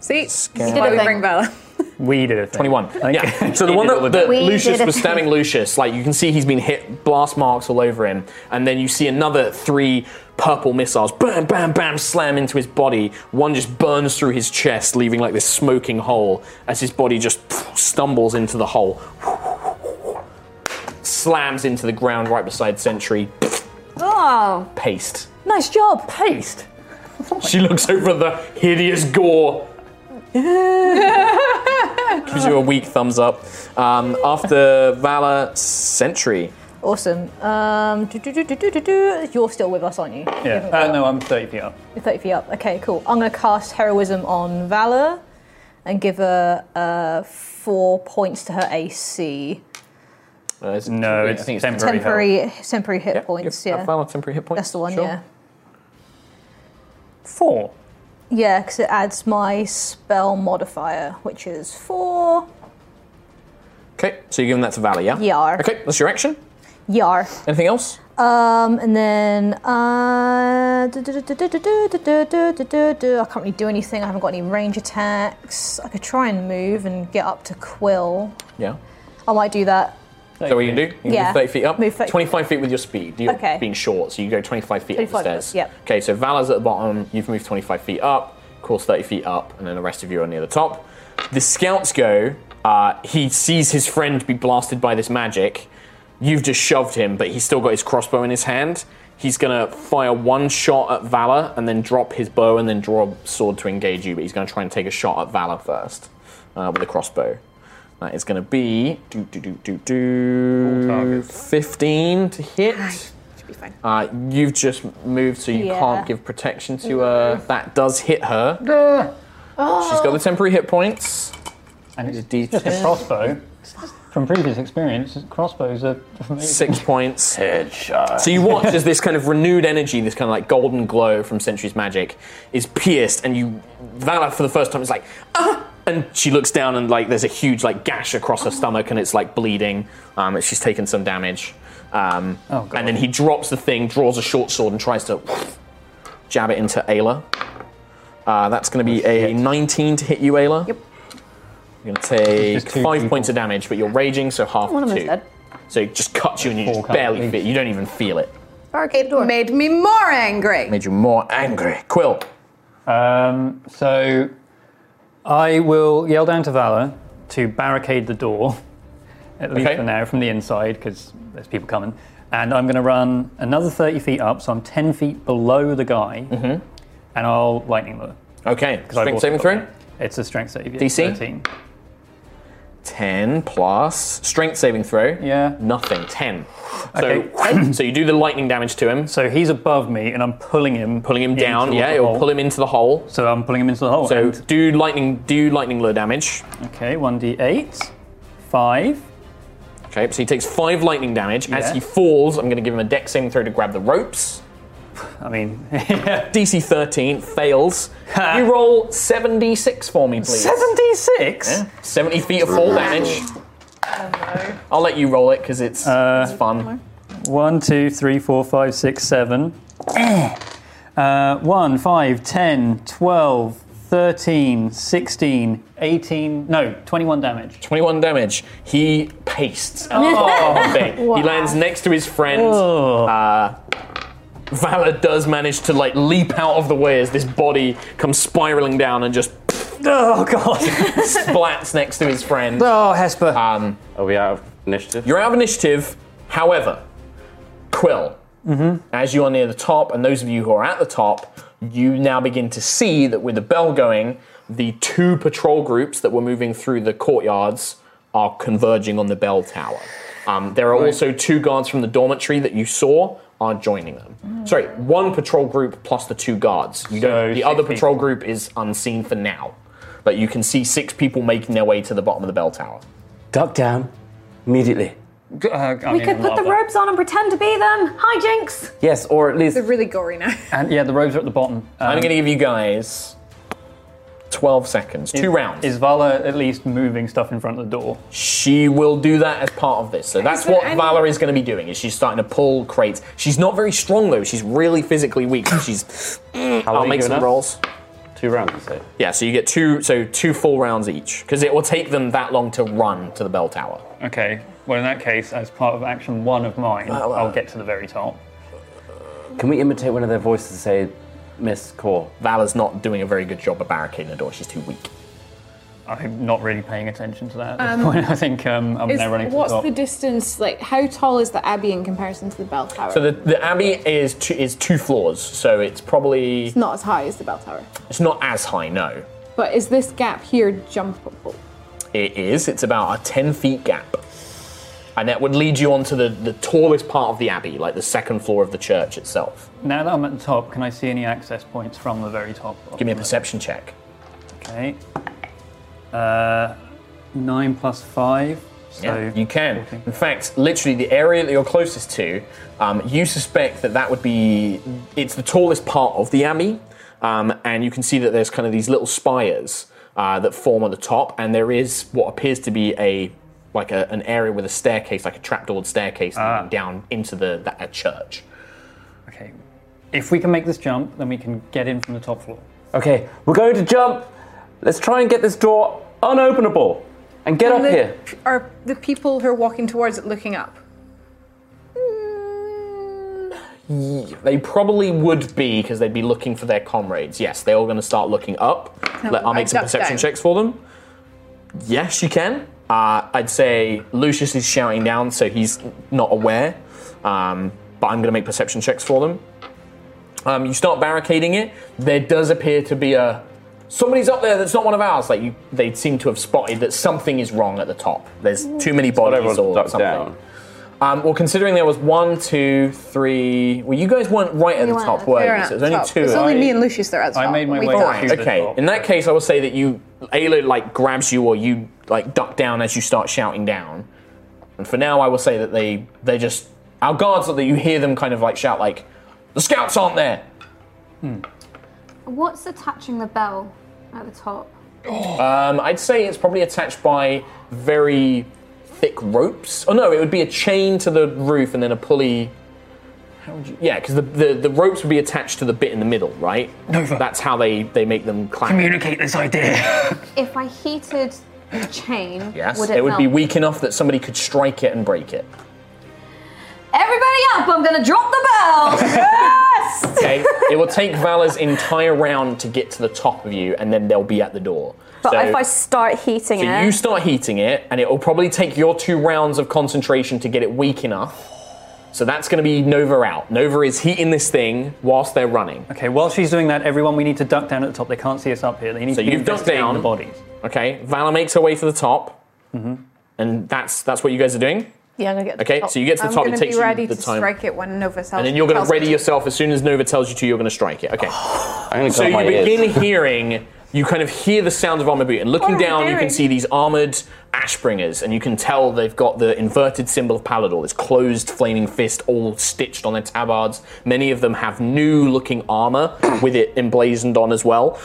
See, Scary. did a thing. ring bell. we did it. Twenty-one. <laughs> Yeah. So the He one did that, all that the- We Lucius did a was thing. stabbing Lucius, like you can see, he's been hit, blast marks all over him, and then you see another three purple missiles, bam, bam, bam, slam into his body. One just burns through his chest, leaving like this smoking hole as his body just pff, stumbles into the hole, slams into the ground right beside Sentry. Oh, Paste. nice job. Paste. She looks over the hideous gore. Gives you a weak thumbs up. Um, after Valor, Sentry. <laughs> Awesome. Um, do, do, do, do, do, do, do. You're still with us, aren't you? You haven't Yeah. Uh, no, I'm 30 feet up. You're 30 feet up. Okay, cool. I'm going to cast Heroism on Valor and give her uh, four points to her AC. Uh, no, it's temporary. Temporary, temporary hit points, yeah. Valor temporary hit points. That's the one, sure. yeah. Four. Yeah, because it adds my spell modifier, which is four. Okay, so you're giving that to Valor, yeah? Yar. Okay, that's your action. Yar. Anything else? Um, and then uh, du- du- du- du- du- du- du- du- du- du- du- du. I can't really do anything. I haven't got any range attacks. I could try and move and get up to Quill. Yeah. I might do that. So what you can do? You can Yeah. move 30 feet up. Move 30 25 feet with your speed. You're Okay. being short, so you go 25 feet 25 up the stairs. yep. Okay, so Valor's at the bottom. You've moved 25 feet up. Course 30 feet up, and then the rest of you are near the top. The scouts go. Uh, he sees his friend be blasted by this magic. You've just shoved him, but he's still got his crossbow in his hand. He's gonna fire one shot at Valor and then drop his bow and then draw a sword to engage you, but he's gonna try and take a shot at Valor first uh, with a crossbow. That is gonna be do do do do do fifteen to hit. Should be fine. Uh, you've just moved, so you Yeah. can't give protection to her. That does hit her. <laughs> She's got the temporary hit points. And it's a Just a crossbow. From previous experience, crossbows are Six points. Headshot. So you watch as this kind of renewed energy, this kind of like golden glow from Sentry's magic, is pierced, and you Vala for the first time is like, ah! and she looks down and like there's a huge like gash across her stomach, and it's like bleeding. Um, and she's taken some damage. Um, and then he drops the thing, draws a short sword, and tries to jab it into Ayla. Uh, that's going to be a 19 to hit you, Ayla. Yep. You're going to take five points of damage, but you're raging, so half One of two. them's dead. So it just cuts you and you just barely feel You don't even feel it. Arcade door. Made me more angry. Made you more angry. Quill. Um, so I will yell down to Valor to barricade the door, <laughs> at least for now, from the inside, because there's people coming. And I'm going to run another 30 feet up, so I'm 10 feet below the guy, Mm-hmm. and I'll lightning lure. Okay. I Strength bought saving it. throw? It's a strength save. yeah, DC? 13. 10 plus strength saving throw. Yeah. Nothing. 10. So, <clears throat> so you do the lightning damage to him. So he's above me, and I'm pulling him, pulling him down. into Yeah, the it'll hole. pull him into the hole. So I'm pulling him into the hole. So and- do lightning do lightning lure damage. okay, one d eight, five. Okay, so he takes five lightning damage. As Yeah. he falls, I'm going to give him a deck saving throw to grab the ropes. I mean, <laughs> DC 13 fails. you roll 76 for me, please. 76? Yeah. 70 feet of fall damage. I'll let you roll it because it's, it's fun. One, two, three, four, five, six, seven. <clears throat> Eh. Uh, 1, 5, 10, 12, 13, 16, 18, no, 21 damage. 21 damage. He pastes. Oh. Thing. He lands next to his friend. Uh, Valor does manage to like leap out of the way as this body comes spiraling down and just <laughs> oh god splats next to his friend. Oh, Hesper. Um, Are we out of initiative? You're out of initiative. However, Quill, Mm-hmm. as you are near the top, and those of you who are at the top, you now begin to see that with the bell going, the two patrol groups that were moving through the courtyards are converging on the bell tower. Um, there are also two guards from the dormitory that you saw are joining them. Sorry, one patrol group plus the two guards. You don't, the other patrol group is unseen for now, but you can see six people making their way to the bottom of the bell tower. Duck down immediately. uh, we could put the ropes on and pretend to be them. Hi, Jinx. Yes, or at least. They're really gory now. And yeah, the robes are at the bottom. Uh, I'm going to give you guys 12 seconds, two rounds. Is Vala at least moving stuff in front of the door? She will do that as part of this. So that's there what any- Valor is going to be doing. Is she's starting to pull crates. She's not very strong though. She's really physically weak. so She's. long I'll you make giving some us? rolls. Two rounds, you say? Yeah. So you get two. So two full rounds each because it will take them that long to run to the bell tower. Okay, well, in that case, as part of action one of mine, I'll get to the very top. Can we imitate one of their voices and say, Miss Core? Valor's not doing a very good job of barricading the door. She's too weak. I'm not really paying attention to that at Um, this point. <laughs> I think um, I'm Is- now running to the what's top. the distance? Like, how tall is the abbey in comparison to the bell tower? So the, the abbey is two, is two floors. So it's probably it's not as high as the bell tower. it's not as high. No, But is this gap here jumpable? It is. It's about a 10 feet gap. And that would lead you onto the, the tallest part of the abbey, like the second floor of the church itself. Now that I'm at the top, can I see any access points from the very top? Give me a perception check. Okay. Uh, nine plus five. So yeah, you can. In fact, literally the area that you're closest to, um, you suspect that that would be it's the tallest part of the abbey, um, and you can see that there's kind of these little spires uh, that form at the top, and there is what appears to be a like a, an area with a staircase, like a trapdoored staircase leading down into the that a church. Okay. If we can make this jump, then we can get in from the top floor. Okay, we're going to jump. Let's try and get this door unopenable and get Are up the- here. Are the people who are walking towards it looking up? Yeah, They probably would be because they'd be looking for their comrades. Yes, they're all going to start looking up. Can Let- I'll I make some duck perception down? checks for them. Yes, you can. Uh, I'd say Lucius is shouting down, so he's not aware. Um, but I'm going to make perception checks for them. Um, you start barricading it. There does appear to be a somebody's up there that's not one of ours. Like you, they seem to have spotted that something is wrong at the top. There's too many So bodies everyone's or ducked <laughs> something. down. Um, well, considering there was one, two, three. Well, you guys weren't right at We the weren't. top, were They're you? not So there's only top. two. It's only me and Lucius there as well. We All thought- right, okay. In that case, I will say that you, Ayla, like grabs you or you like duck down as you start shouting down. And for now, I will say that they they just our guards that you hear them kind of like shout like, the scouts aren't there. What's attaching the bell at the top? Um, I'd say it's probably attached by very thick ropes. Oh no, it would be a chain to the roof and then a pulley. How would you? Yeah, because the, the, the ropes would be attached to the bit in the middle, right? Nova. That's how they, they make them clang. Communicate this idea. If I heated the chain, Yes, would it, it, would be melt? weak enough that somebody could strike it and break it. Everybody up! I'm gonna drop the bell. <laughs> yes. Okay, it will take Valor's entire round to get to the top of you, and then they'll be at the door. But So- if I start heating So it, you start heating it, and it will probably take your two rounds of concentration to get it weak enough. So that's going to be Nova out. Nova is heating this thing whilst they're running. okay, while she's doing that, everyone, we need to duck down at the top. They can't see us up here. They need So to you've ducked investigate down. the bodies. Okay, Valor makes her way to the top. Mm-hmm. and that's that's what you guys are doing. Yeah, I'm gonna get. To Okay, the top. so you get to the I'm top, it gonna takes be you ready the to time. strike it when Nova tells. and then you're going tells to ready me yourself as soon as Nova tells you to. You're going to strike it. <sighs> Okay. gonna so cover you my ears. begin hearing. You kind of hear the sound of armor boot, and What looking are we down, you doing? can see these armored ashbringers, and you can tell they've got the inverted symbol of Palador, this closed flaming fist, all stitched on their tabards. Many of them have new-looking armor with it emblazoned on as well.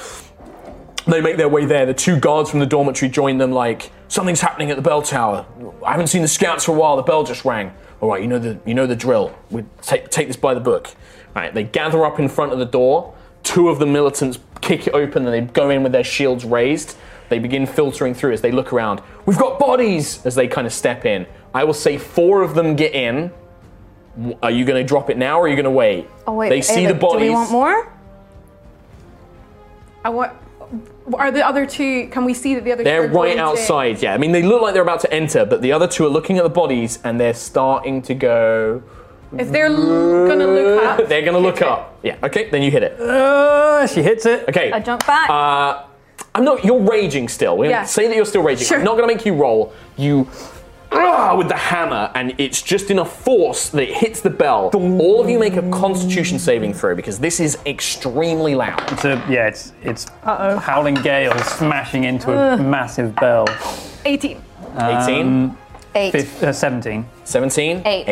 They make their way there. The two guards from the dormitory join them, like, something's happening at the bell tower. I haven't seen the scouts for a while. The bell just rang. All right, you know the, you know the drill. We take, take this by the book. All right, they gather up in front of the door. Two of the militants kick it open and they go in with their shields raised. They begin filtering through as they look around. We've got bodies! As they kind of step in. I will say four of them get in. W- Are you going to drop it now or are you going to wait? Oh wait, they see Ayla, the bodies. Do we want more? I want. Are the other two? Can we see that the other? They're two are right going to- outside, yeah. I mean, they look like they're about to enter, but the other two are looking at the bodies and they're starting to go. If they're l- gonna look up, They're going to look up. Yeah, okay, then you hit it. Uh, she hits it. Okay. I jump back. Uh, I'm not, you're raging still. We're Yeah. gonna say that you're still raging. I'm not going to make you roll. You. Ah, with the hammer, and it's just enough force that it hits the bell. All of you make a Constitution saving throw because this is extremely loud. It's a, yeah, it's it's howling gale smashing into a Ugh. massive bell. 18. Um, 18? Eight. uh, 17. 17? Eight.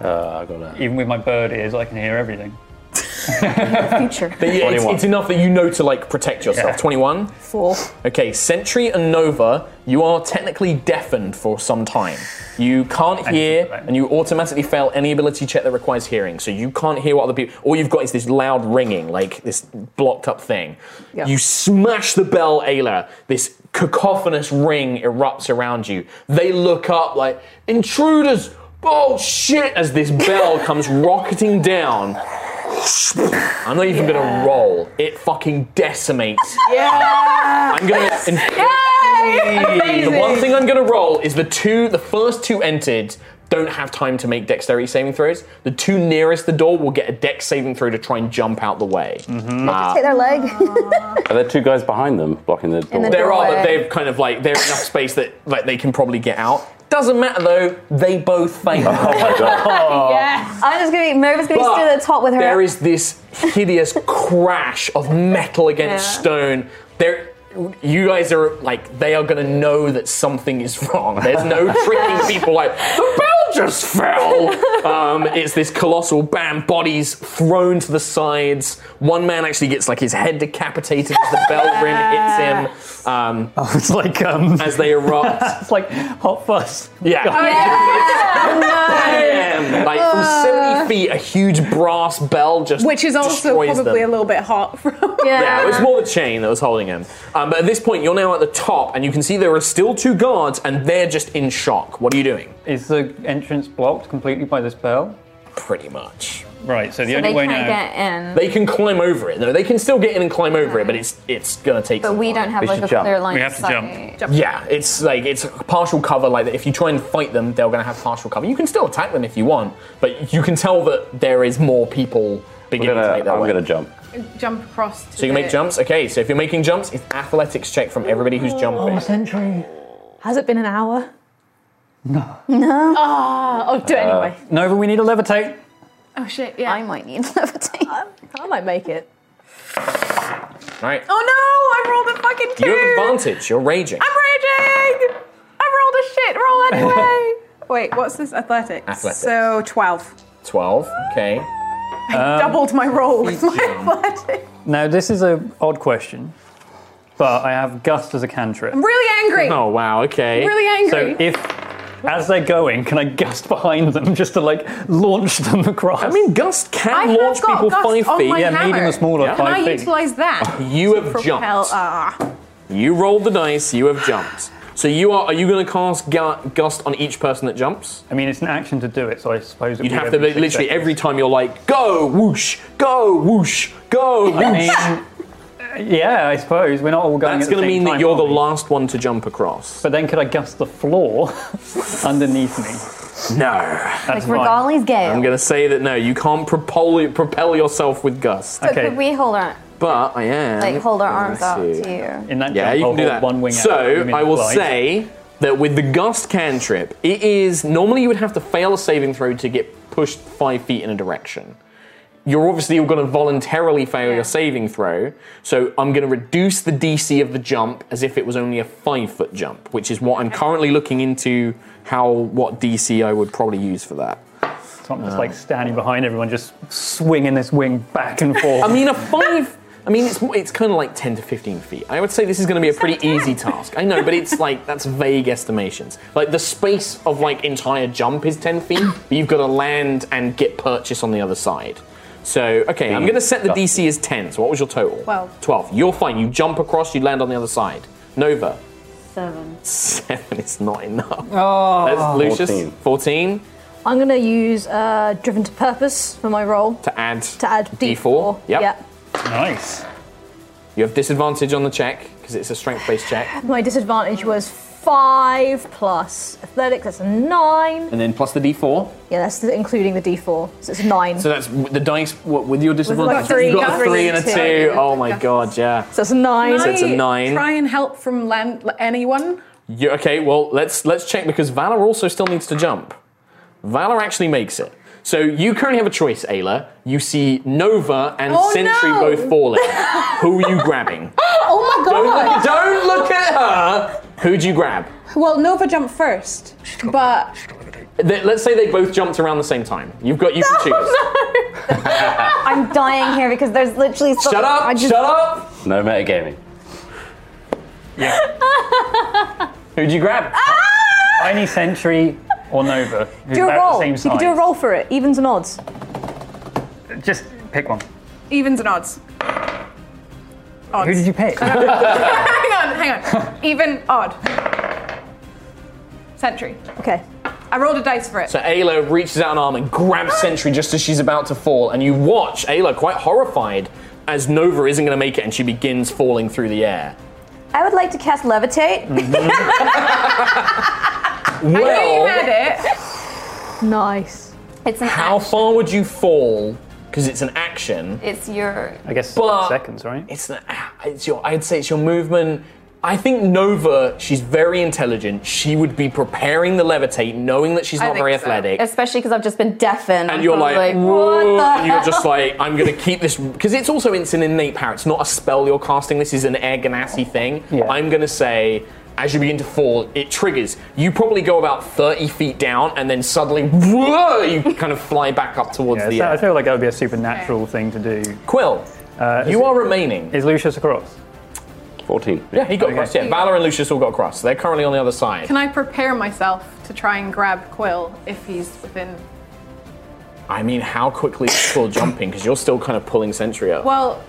8. Uh, I got that. Even with my bird ears, I can hear everything. But yeah, it's, 21. it's enough that you know to like protect yourself. Yeah. 21. Four. Okay, Sentry and Nova, you are technically deafened for some time. You can't hear, and you automatically fail any ability check that requires hearing. So you can't hear what other people. All you've got is this loud ringing, like this blocked up thing. Yeah. You smash the bell, Ayla. This cacophonous ring erupts around you. They look up like intruders. Oh shit! As this bell comes rocketing down. I'm not even gonna roll. It fucking decimates <laughs> Yeah! I'm gonna. Amazing! The one thing I'm gonna roll is the two. The first two entered don't have time to make dexterity saving throws. The two nearest the door will get a dex saving throw to try and jump out the way. Uh, Mm-hmm. Take their leg. Are there two guys behind them blocking the door? there are, but they've kind of like they're enough space that like they can probably get out. Doesn't matter though. They both fail. yeah. I'm just gonna be Nova's gonna But be stood at the top with her. There is this hideous crash of metal against Yeah. stone. There, you guys are like they are going to know that something is wrong. <laughs> There's no tricking people. Like the bell just fell. Um, it's this colossal bam. Bodies thrown to the sides. One man actually gets like his head decapitated as the <laughs> bell rim hits him. Um, Oh, it's like um, <laughs> <laughs> as they erupt. <laughs> it's like hot fuss. Yeah. Oh, Bam! Like from 70 feet, a huge brass bell just Which is also destroys probably them. a little bit hot from. Yeah, it was more the chain that was holding him. Um, but at this point, you're now at the top, and you can see there are still two guards, and they're just in shock. What are you doing? Is the entrance blocked completely by this bell? Pretty much. Right, so the only way now. in. They can climb over it. No, they can still get in and climb over it, but it's it's gonna take. But some we time. don't have, We like, should a jump. clear line We of have to sight. jump. Yeah, it's like it's partial cover. Like that, if you try and fight them, they're gonna have partial cover. You can still attack them if you want, but you can tell that there is more people beginning to make their I'm way. gonna jump. Jump across. To So you can the- make jumps. Okay, so if you're making jumps, it's athletics check from everybody who's jumping. Sentry. Has it been an hour? No. Uh, No. Oh, I'll do it anyway. Nova, we need a levitate. Oh shit! Yeah, I might need levitate. I, I might make it. Right. Oh no! I rolled a fucking two. You have advantage. You're raging. I'm raging. I rolled a shit roll <laughs> anyway. Wait, what's this? Athletics. Athletics. So twelve. Twelve. Okay. Um, Doubled my roll with my <laughs> athletics. Now, this is a odd question, but I have gust as a cantrip. I'm really angry. Oh wow! Okay. I'm really angry. So if, as they're going, can I gust behind them just to like launch them across? I mean, gust can I have launch got people gust five on feet. my Yeah, medium hammer. or smaller, Can five I feet. utilise that? You have Propel. jumped. Ah. You rolled the dice. You have jumped. So you are. Are you going to cast gu- gust on each person that jumps? I mean, it's an action to do it, so I suppose it You'd would have to every be, six literally seconds. every time you're like go whoosh, go whoosh, go whoosh. I <laughs> mean, yeah, I suppose we're not all going. That's going to mean that you're the last one to jump across. But then, could I gust the <laughs> floor underneath me? No. That's like fine. Regali's gale. I'm going to say that no. You can't propel propel yourself with gust. So could we hold on? But I am. Like, hold our arms Let's out see. to you. In that yeah, jump, you I'll can do hold that. one wing out, you so mean I will flight. say that with the gust cantrip, it is normally you would have to fail a saving throw to get pushed five feet in a direction. You're obviously you're going to voluntarily fail your saving throw, so I'm going to reduce the DC of the jump as if it was only a five foot jump, which is what I'm currently looking into how what DC I would probably use for that. So I'm just like standing behind everyone, just swinging this wing back and forth. I mean, a five. I mean, it's it's kind of like ten to fifteen feet. I would say this is going to be a pretty easy task. I know, but it's like that's vague estimations. Like the space of like entire jump is ten feet, but you've got to land and get purchase on the other side. So okay, I'm going to set the DC as ten. So what was your total? Twelve. Twelve. You're fine. You jump across, you land on the other side. Nova. Seven. Seven is not enough. Oh. That's Lucius. 14. 14. I'm going to use uh, Driven to Purpose for my roll to add to add D4. D4. Yep. Yeah. Nice. You have disadvantage on the check because it's a strength based check. My disadvantage was five plus athletics. That's a nine. And then plus the d4. Yeah, that's the- including the D4. So it's a nine. So that's the dice what, with your disadvantage. like three, you got a three, three and a two. two. Oh my god, yeah. So it's a nine. So it's a nine. Try and help from land, anyone. You- okay, well let's let's check because Valor also still needs to jump. Valor actually makes it. So you currently have a choice, Ayla. You see Nova and Oh, Sentry no. both falling. Who are you grabbing? Oh my Don't look, don't look at her. Who'd you grab? Well, Nova jumped first, but They- let's say they both jumped around the same time. You've got you can choose. I'm dying here because there's literally. So- Shut up, I just- shut up. No metagaming. <laughs> Who'd you grab? Ah! Tiny Sentry or Nova? who's Do a about roll. The You same can do a size. roll for it. Evens and odds. Just pick one. evens and odds. Odds. Who did you pick? <laughs> Uh, hang on, hang on. Even, odd. Sentry. Okay. I rolled a dice for it. So Ayla reaches out an arm and Ah! grabs Sentry just as she's about to fall, and you watch Ayla quite horrified as Nova isn't going to make it, and she begins falling through the air. I would like to cast levitate. Mm-hmm. Well, it. <laughs> Nice. It's an. how far would you fall? Because it's an action. It's your. I guess seconds, right? It's an, it's your. I'd say it's your movement. I think Nova. She's very intelligent. She would be preparing the levitate, knowing that she's I not think very so. athletic. Especially because I've just been deafened. and you're I'm like, what "Whoa," the and you're just hell?" like, I'm gonna keep this because it's also it's an innate power. It's not a spell you're casting. This is an air ganassi thing. I'm gonna say. As you begin to fall, it triggers. You probably go about 30 feet down, and then suddenly, whoa, you kind of fly back up towards Yeah, the so I air. feel like that would be a supernatural thing to do. Uh, Quill, you are remaining. Is Lucius across? 14. Yeah, he got across. Yeah, Valor and Lucius all got across. They're currently on the other side. Can I prepare myself to try and grab Quill if he's within? I mean, how quickly is Quill jumping? Because you're still kind of pulling Sentry up. Well,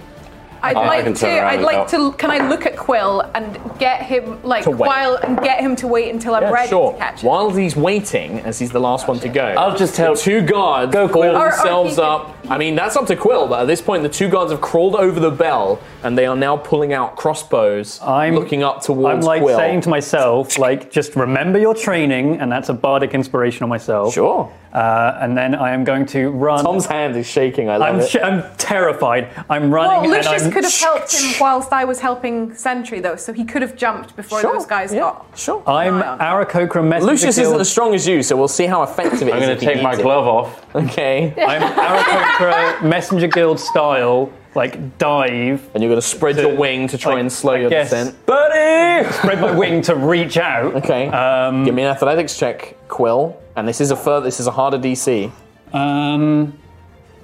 I'd I- I can like to. turn around I'd and like go. to. Can I look at Quill and get him like To wait. while and get him to wait until I'm Yeah, ready sure. to catch him? While he's waiting, as he's the last one to go, I'll just tell two guards go Quill. Or- or themselves up. I mean, that's up to Quill, but at this point, the two guards have crawled over the bell and they are now pulling out crossbows, I'm, looking up towards I'm like Quill. saying to myself, like, just remember your training, and that's a bardic inspiration on myself. Sure. Uh, and then I am going to run. Tom's hand is shaking. I am love it. I'm terrified. I'm running. Well, and Lucius I'm, could have helped him whilst I was helping Sentry, though, so he could have jumped before those guys got. Sure. I'm Oh. Arakokra messenger. Lucius guild. isn't as strong as you, so we'll see how effective it is. I'm gonna if he take my needs it. glove off. Okay. I'm Arakokra messenger guild style, like dive. And you're going to spread your wing to try and slow your descent. Buddy! Spread my wing to reach out. Okay. Um, Give me an athletics check, Quill. And this is a further, this is a harder DC. Um,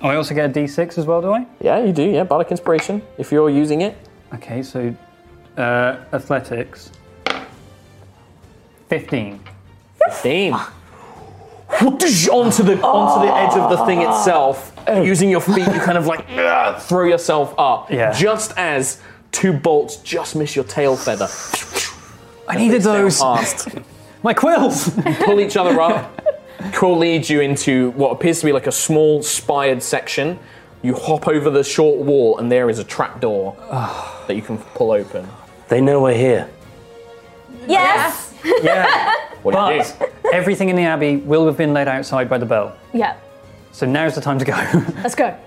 oh, I also get a D6 as well, do I? Yeah, you do. Yeah, bardic inspiration if you're using it. Okay, so uh, athletics. Fifteen. Fifteen. onto the onto the edge of the thing itself, using your feet, you kind of <laughs> like uh, throw yourself up. Yeah. Just as two bolts just miss your tail feather. I needed those. My quills. Pull each other up. Quill leads you into what appears to be like a small spired section. You hop over the short wall, and there is a <sighs> trapdoor that you can pull open. They know we're here. Yes. <laughs> Yeah. What but everything in the abbey will have been led outside by the bell. Yeah. So now's the time to go. <laughs> Let's go.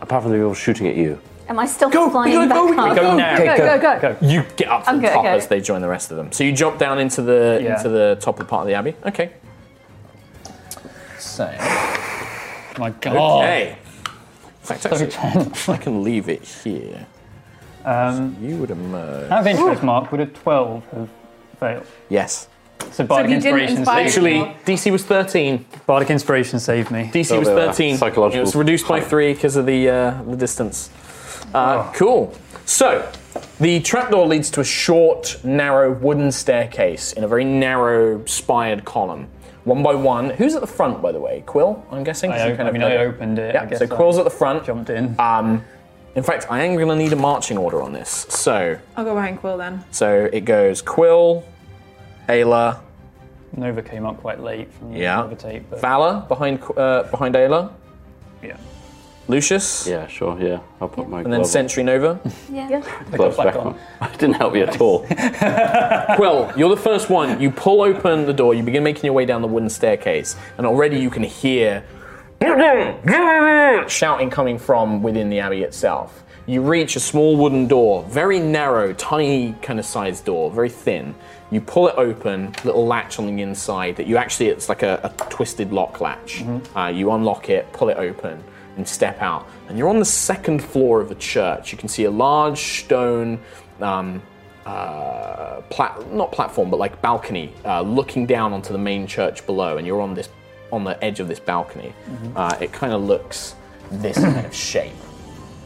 Apart from the people shooting at you. Am I still flying back up? Go now. go, go, go. You get up to I'm the good, top okay. as they join the rest of them. So you jump down into the Yeah. into the top of part of the abbey. Okay. So. My God. Okay. In fact, actually, I can leave it here. Um, you would emerge. Out of interest, Mark, would a 12 have failed? Yes. So Bardic Inspiration Actually, DC was 13. Bardic Inspiration saved me. DC was 13. It was reduced by three because of the uh, the distance. Oh. Uh, Cool. So the trapdoor leads to a short, narrow wooden staircase in a very narrow spired column. One by one. Who's at the front, by the way? Quill, I'm guessing. I 'Cause you op- I mean, I know. opened it, I Yeah. guess so I Quill's at the front. Jumped in. Um, in fact, I am going to need a marching order on this. So I'll go behind Quill then. so it goes Quill, Ayla, Nova came up quite late from the Yeah. levitate, but Valor behind Qu- uh, behind Ayla. Yeah. Lucius. Yeah, sure. Yeah, I'll put my And then glove Sentry Nova. on. gloves back on. <laughs> I didn't help you at all. Quill, you're the first one. You pull open the door, you begin making your way down the wooden staircase, and already you can hear shouting coming from within the abbey itself. You reach a small wooden door, very narrow, tiny kind of sized door, very thin. You pull it open, little latch on the inside that you actually, it's like a, a twisted lock latch. Uh, you unlock it, pull it open, and step out. And you're on the second floor of a church. You can see a large stone um, uh, plat- not platform, but like balcony, uh, looking down onto the main church below, and you're on this on the edge of this balcony. Mhm. Uh, it kind of looks this kind of shape.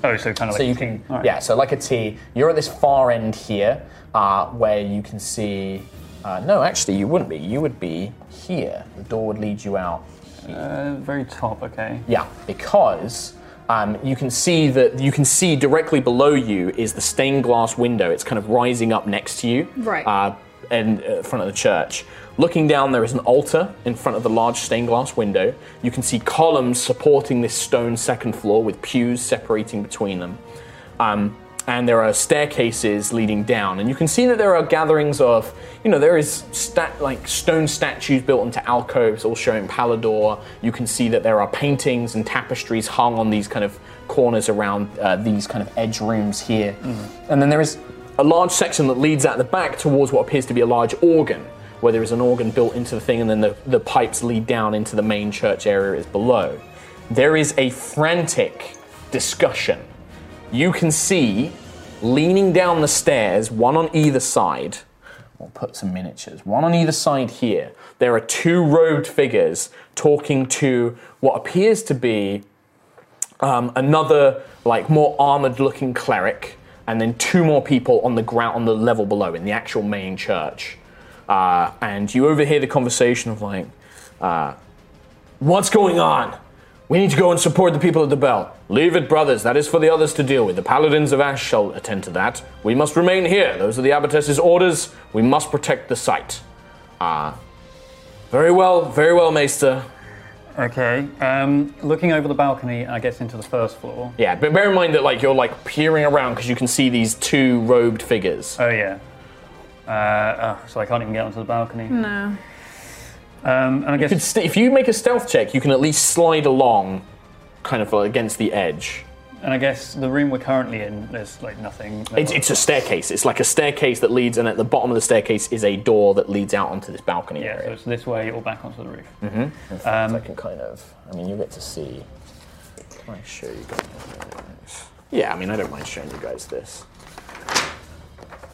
Oh, so kind of So like you a can, T. Alright. yeah. So like a T. You're at this far end here, uh, where you can see. Uh, no, actually, you wouldn't be. You would be here. The door would lead you out. Uh, very top, okay. Yeah, because um, you can see that you can see directly below you is the stained glass window. It's kind of rising up next to you, Right. Uh, and uh, in front of the church. Looking down, there is an altar in front of the large stained glass window. You can see columns supporting this stone second floor with pews separating between them. Um, and there are staircases leading down, and you can see that there are gatherings of, you know, there is stat- like stone statues built into alcoves, all showing Palador. You can see that there are paintings and tapestries hung on these kind of corners around uh, these kind of edge rooms here. And then there is a large section that leads out the back towards what appears to be a large organ, where there is an organ built into the thing, and then the, the pipes lead down into the main church area is below. There is a frantic discussion. You can see leaning down the stairs, one on either side. We'll put some miniatures, one on either side here. There are two robed figures talking to what appears to be um, another like more armored looking cleric and then two more people on the ground on the level below in the actual main church uh, and you overhear the conversation of like uh, what's going on we need to go and support the people of the bell leave it brothers that is for the others to deal with the paladins of ash shall attend to that we must remain here those are the abbotess's orders we must protect the site uh, very well very well maester Okay. Um, looking over the balcony, I guess into the first floor. Yeah, but bear in mind that like you're like peering around because you can see these two robed figures. Oh yeah. Uh, oh, so I can't even get onto the balcony. No. Um, and I guess Hmm. You could st- if you make a stealth check, you can at least slide along, kind of like, against the edge. and I guess the room we're currently in, there's like nothing. It's, it's a staircase. It's like a staircase that leads, and at the bottom of the staircase is a door that leads out onto this balcony yeah, so it's this way or back onto the roof. area. Mm-hmm. In fact, I can kind of. I mean, you get to see. Can I show you guys? Yeah, I mean, I don't mind showing you guys this.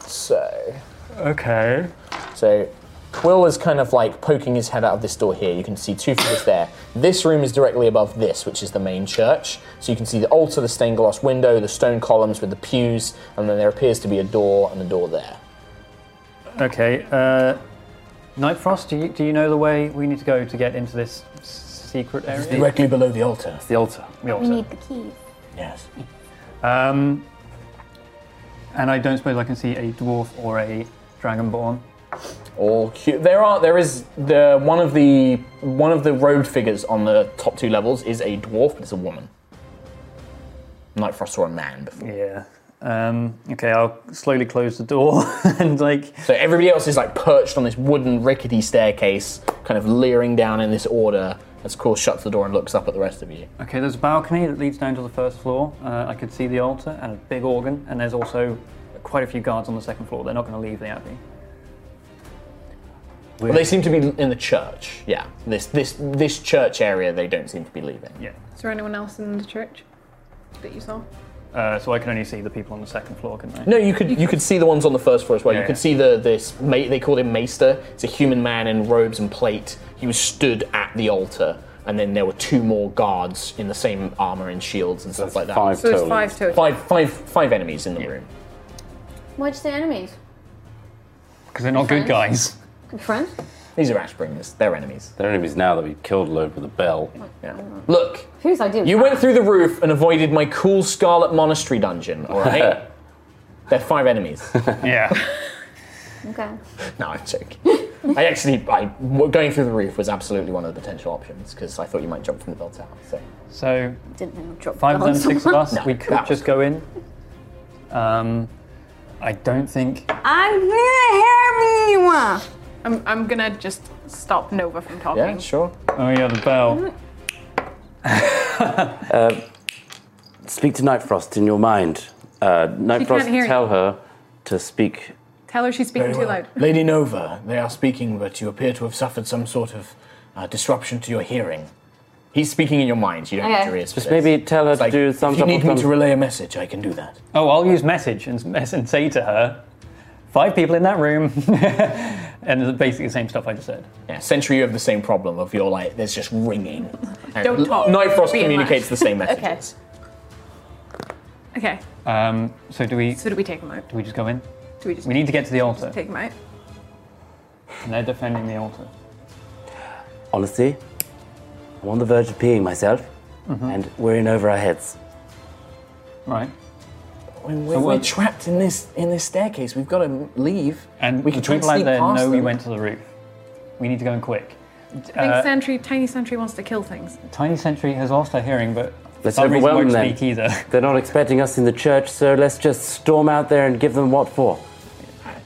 So. Okay. So Quill is kind of like poking his head out of this door here. You can see two figures there. This room is directly above this, which is the main church. So you can see the altar, the stained glass window, the stone columns with the pews, and then there appears to be a door and a door there. Okay. Uh, Nightfrost, do you, do you know the way we need to go to get into this s- secret area? directly below the altar. It's the altar. The We altar. need the keys. Yes. Um, and I don't suppose I can see a dwarf or a dragonborn. All cute. There are. There is the one of the one of the robed figures on the top two levels is a dwarf, but it's a woman. Nightfrost saw a man before. Yeah. Um, okay, I'll slowly close the door <laughs> and like. So everybody else is like perched on this wooden rickety staircase, kind of leering down in this order As Core shuts the door and looks up at the rest of you. Okay, there's a balcony that leads down to the first floor. Uh, I could see the altar and a big organ, and there's also quite a few guards on the second floor. They're not going to leave the abbey. Well, they seem to be in the church. Yeah, this this this church area they don't seem to be leaving. Yeah. Is there anyone else in the church that you saw? Uh, so I can only see the people on the second floor, can I? No, you could you could see the ones on the first floor as well. Yeah, you could yeah. see the this ma- they called him Maester. It's a human man in robes and plate. He was stood at the altar, and then there were two more guards in the same armor and shields and stuff like that. five So it's total. five total. Five five five enemies in the room. Why'd you say enemies? Because they're not good guys. Could be friends. These are Ashbringers. They're enemies. They're enemies now that we killed a load with a bell. Yeah. Look, Whose idea? was you that? went through the roof and avoided my cool Scarlet Monastery dungeon. <laughs> All right, they're five enemies. <laughs> yeah. Okay. No, <laughs> I'm joking. I actually, I, going through the roof was absolutely one of the potential options because I thought you might jump from the bell tower. So So Didn't know. Drop Five of them, the six of <laughs> answer. us. we could just go in. Um, I don't think. I'm gonna hear me. I'm, I'm gonna just stop Nova from talking. sure. Oh yeah, the bell. Uh, speak to Nightfrost in your mind. Uh, Nightfrost, can't hear you. tell her to speak. Tell her she's speaking Very too well. loud. Lady Nova, they are speaking, but you appear to have suffered some sort of uh, disruption to your hearing. He's speaking in your mind. You don't need Okay. to ears. for Just this. maybe tell her It's to do if thumbs You up need or me to thumb- relay a message. I can do that. Oh, I'll use message and, <laughs> mess- and say to her, five people in that room, <laughs> and it's basically the same stuff I just said. Yeah, Sentry, you have the same problem of your like. There's just ringing. And Don't talk. Night Frost Be in communicates line. <laughs> the same message. Okay. Okay. Um, so do we? So do we take him out? Do we just go in? Do we just? We need to get to the altar, Take him out. and they're defending the altar. Honestly, I'm on the verge of peeing myself, Mm-hmm. and we're in over our heads. Right. When we're, So we're what- trapped in this in this staircase. We've got to leave. And we the can try and people out sneak there past know we them. went to the roof. We need to go in quick. I think Uh, Sentry, Tiny Sentry wants to kill things. Tiny Sentry has lost her hearing, but for Let's some reason overwhelm won't them. speak either. <laughs> They're not expecting us in the church, so let's just storm out there and give them what for.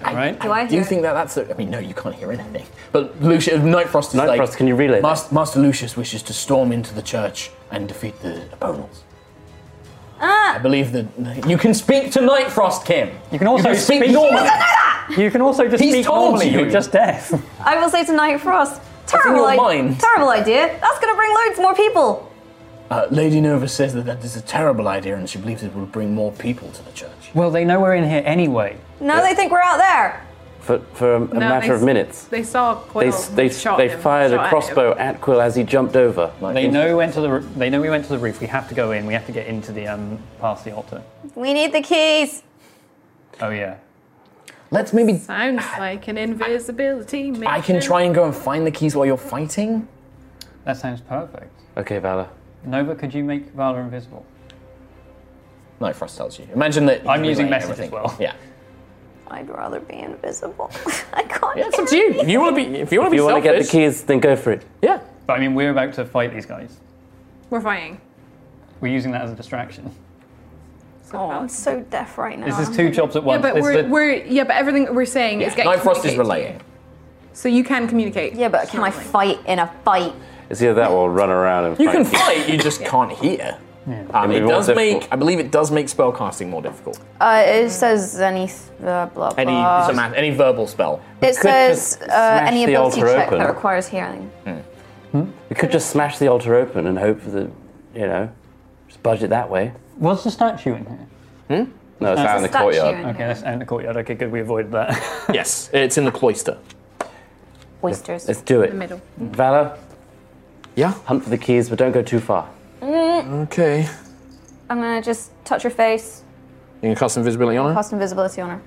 Right? Do I Do you think that that's? A, I mean, no, you can't hear anything. But Lucius, Nightfrost is Night like. Nightfrost, can you relay that? Master, Master Lucius wishes to storm into the church and defeat the opponents. Ah! I believe that you can speak to Nightfrost, Kim. You can also speak, speak- normally. You can also just He's speak told normally. you. You're just deaf. I will say to Night Frost, terrible, your i- mind. terrible idea. That's going to bring loads more people. <laughs> Uh, Lady Nova says that that is a terrible idea, and she believes it will bring more people to the church. Well, they know we're in here anyway. Now they think we're out there. For, for a, a No, matter they of s- minutes. They saw They, Quill. s- oh, they, s- shot they him, fired shot a at crossbow him. at Quill as he jumped over. They know we went to the. roo- They know we went to the roof. We have to go in. We have to get into the um past the altar. We need the keys. Oh yeah. Let's maybe. Sounds like an invisibility. Mission. I can try and go and find the keys while you're fighting. That sounds perfect. Okay, Valor. Nova, could you make Valor invisible? Nightfrost tells you. Imagine that. I'm you using relay message as everything. well. Yeah. I'd rather be invisible. <laughs> I can't. Yeah, it's up to you. If you want to be, if you If want to be you want to get the selfish- keys, then go for it. Yeah. But I mean, we're about to fight these guys. We're fighting. We're using that as a distraction. <laughs> Oh, I'm so deaf right now. This is two jobs at once. Um, Yeah, but This is we're, the- we're yeah, but everything that we're saying is getting. communicated to you. So you can communicate. Yeah, but can I fight in a fight? It's either that or run around and You fight. can fight, you just can't hear. Um, It'd it be more does difficult. make, I believe, it does make spellcasting more difficult. Uh, it says any th- uh, blah blah. Any it's a man- any verbal spell. It says uh, smash any the ability altar check open. that requires healing. We could just smash the altar open and hope for the, you know, just budget that way. What's the statue in here? Hmm? No, it's Uh, out in the courtyard. Okay, that's out in the courtyard. Okay, good. We avoided that. <laughs> yes, it's in the cloister. Oysters. Let's do it. middle. Valor. Yeah. Hunt for the keys, but don't go too far. Okay. I'm gonna just touch her face, You can cast invisibility on her? cast invisibility on her.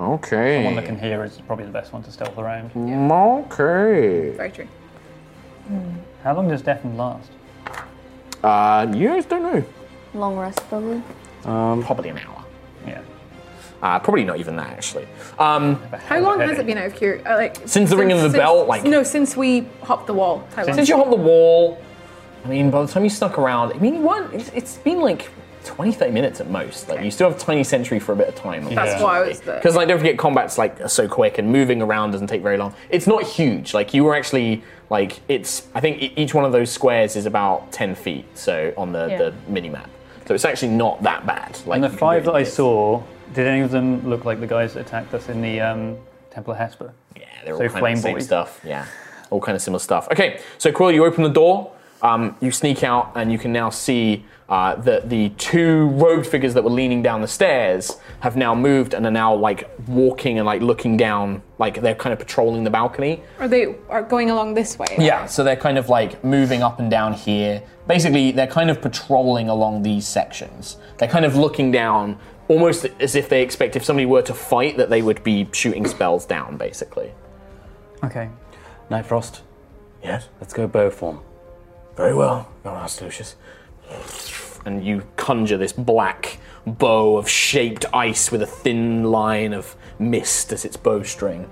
Okay. Someone that can hear is probably the best one to stealth around. Okay. Very true. How long does deafen last? Uh, you guys don't know. Long rest probably. Um, probably an hour. Yeah. Uh, probably not even that, actually. Um, How long has it been out of cure? Uh, like Since the ringing of the bell, like- no, since we hopped the wall. How long? Since you hop the wall, I mean, by the time you snuck around, I mean, you weren't, it's, it's been like 20, 30 minutes at most. Like you still have tiny sentry for a bit of time. That's why I was there. Because like don't forget combat's like so quick and moving around doesn't take very long. It's not huge. Like you were actually like it's I think e- each one of those squares is about ten feet. So on the Yeah. the mini map. So it's actually not that bad. Like and the you can five really- that I saw, did any of them look like the guys that attacked us in the um, Temple of Hesper? Yeah, they're all kind of the same stuff. Yeah, all kind of similar stuff. Okay, so Quill, you open the door, um, you sneak out, and you can now see uh, that the two robed figures that were leaning down the stairs have now moved and are now like walking and like looking down, like they're kind of patrolling the balcony. Are they are going along this <laughs> way? Yeah, so they're kind of like moving up and down here. Basically, they're kind of patrolling along these sections. They're kind of looking down, almost as if they expect if somebody were to fight that they would be shooting spells down, basically. Okay. Night Frost. Yes. Let's go bow form. Very well, your honest Lucius. And you conjure this black bow of shaped ice with a thin line of mist as its bowstring.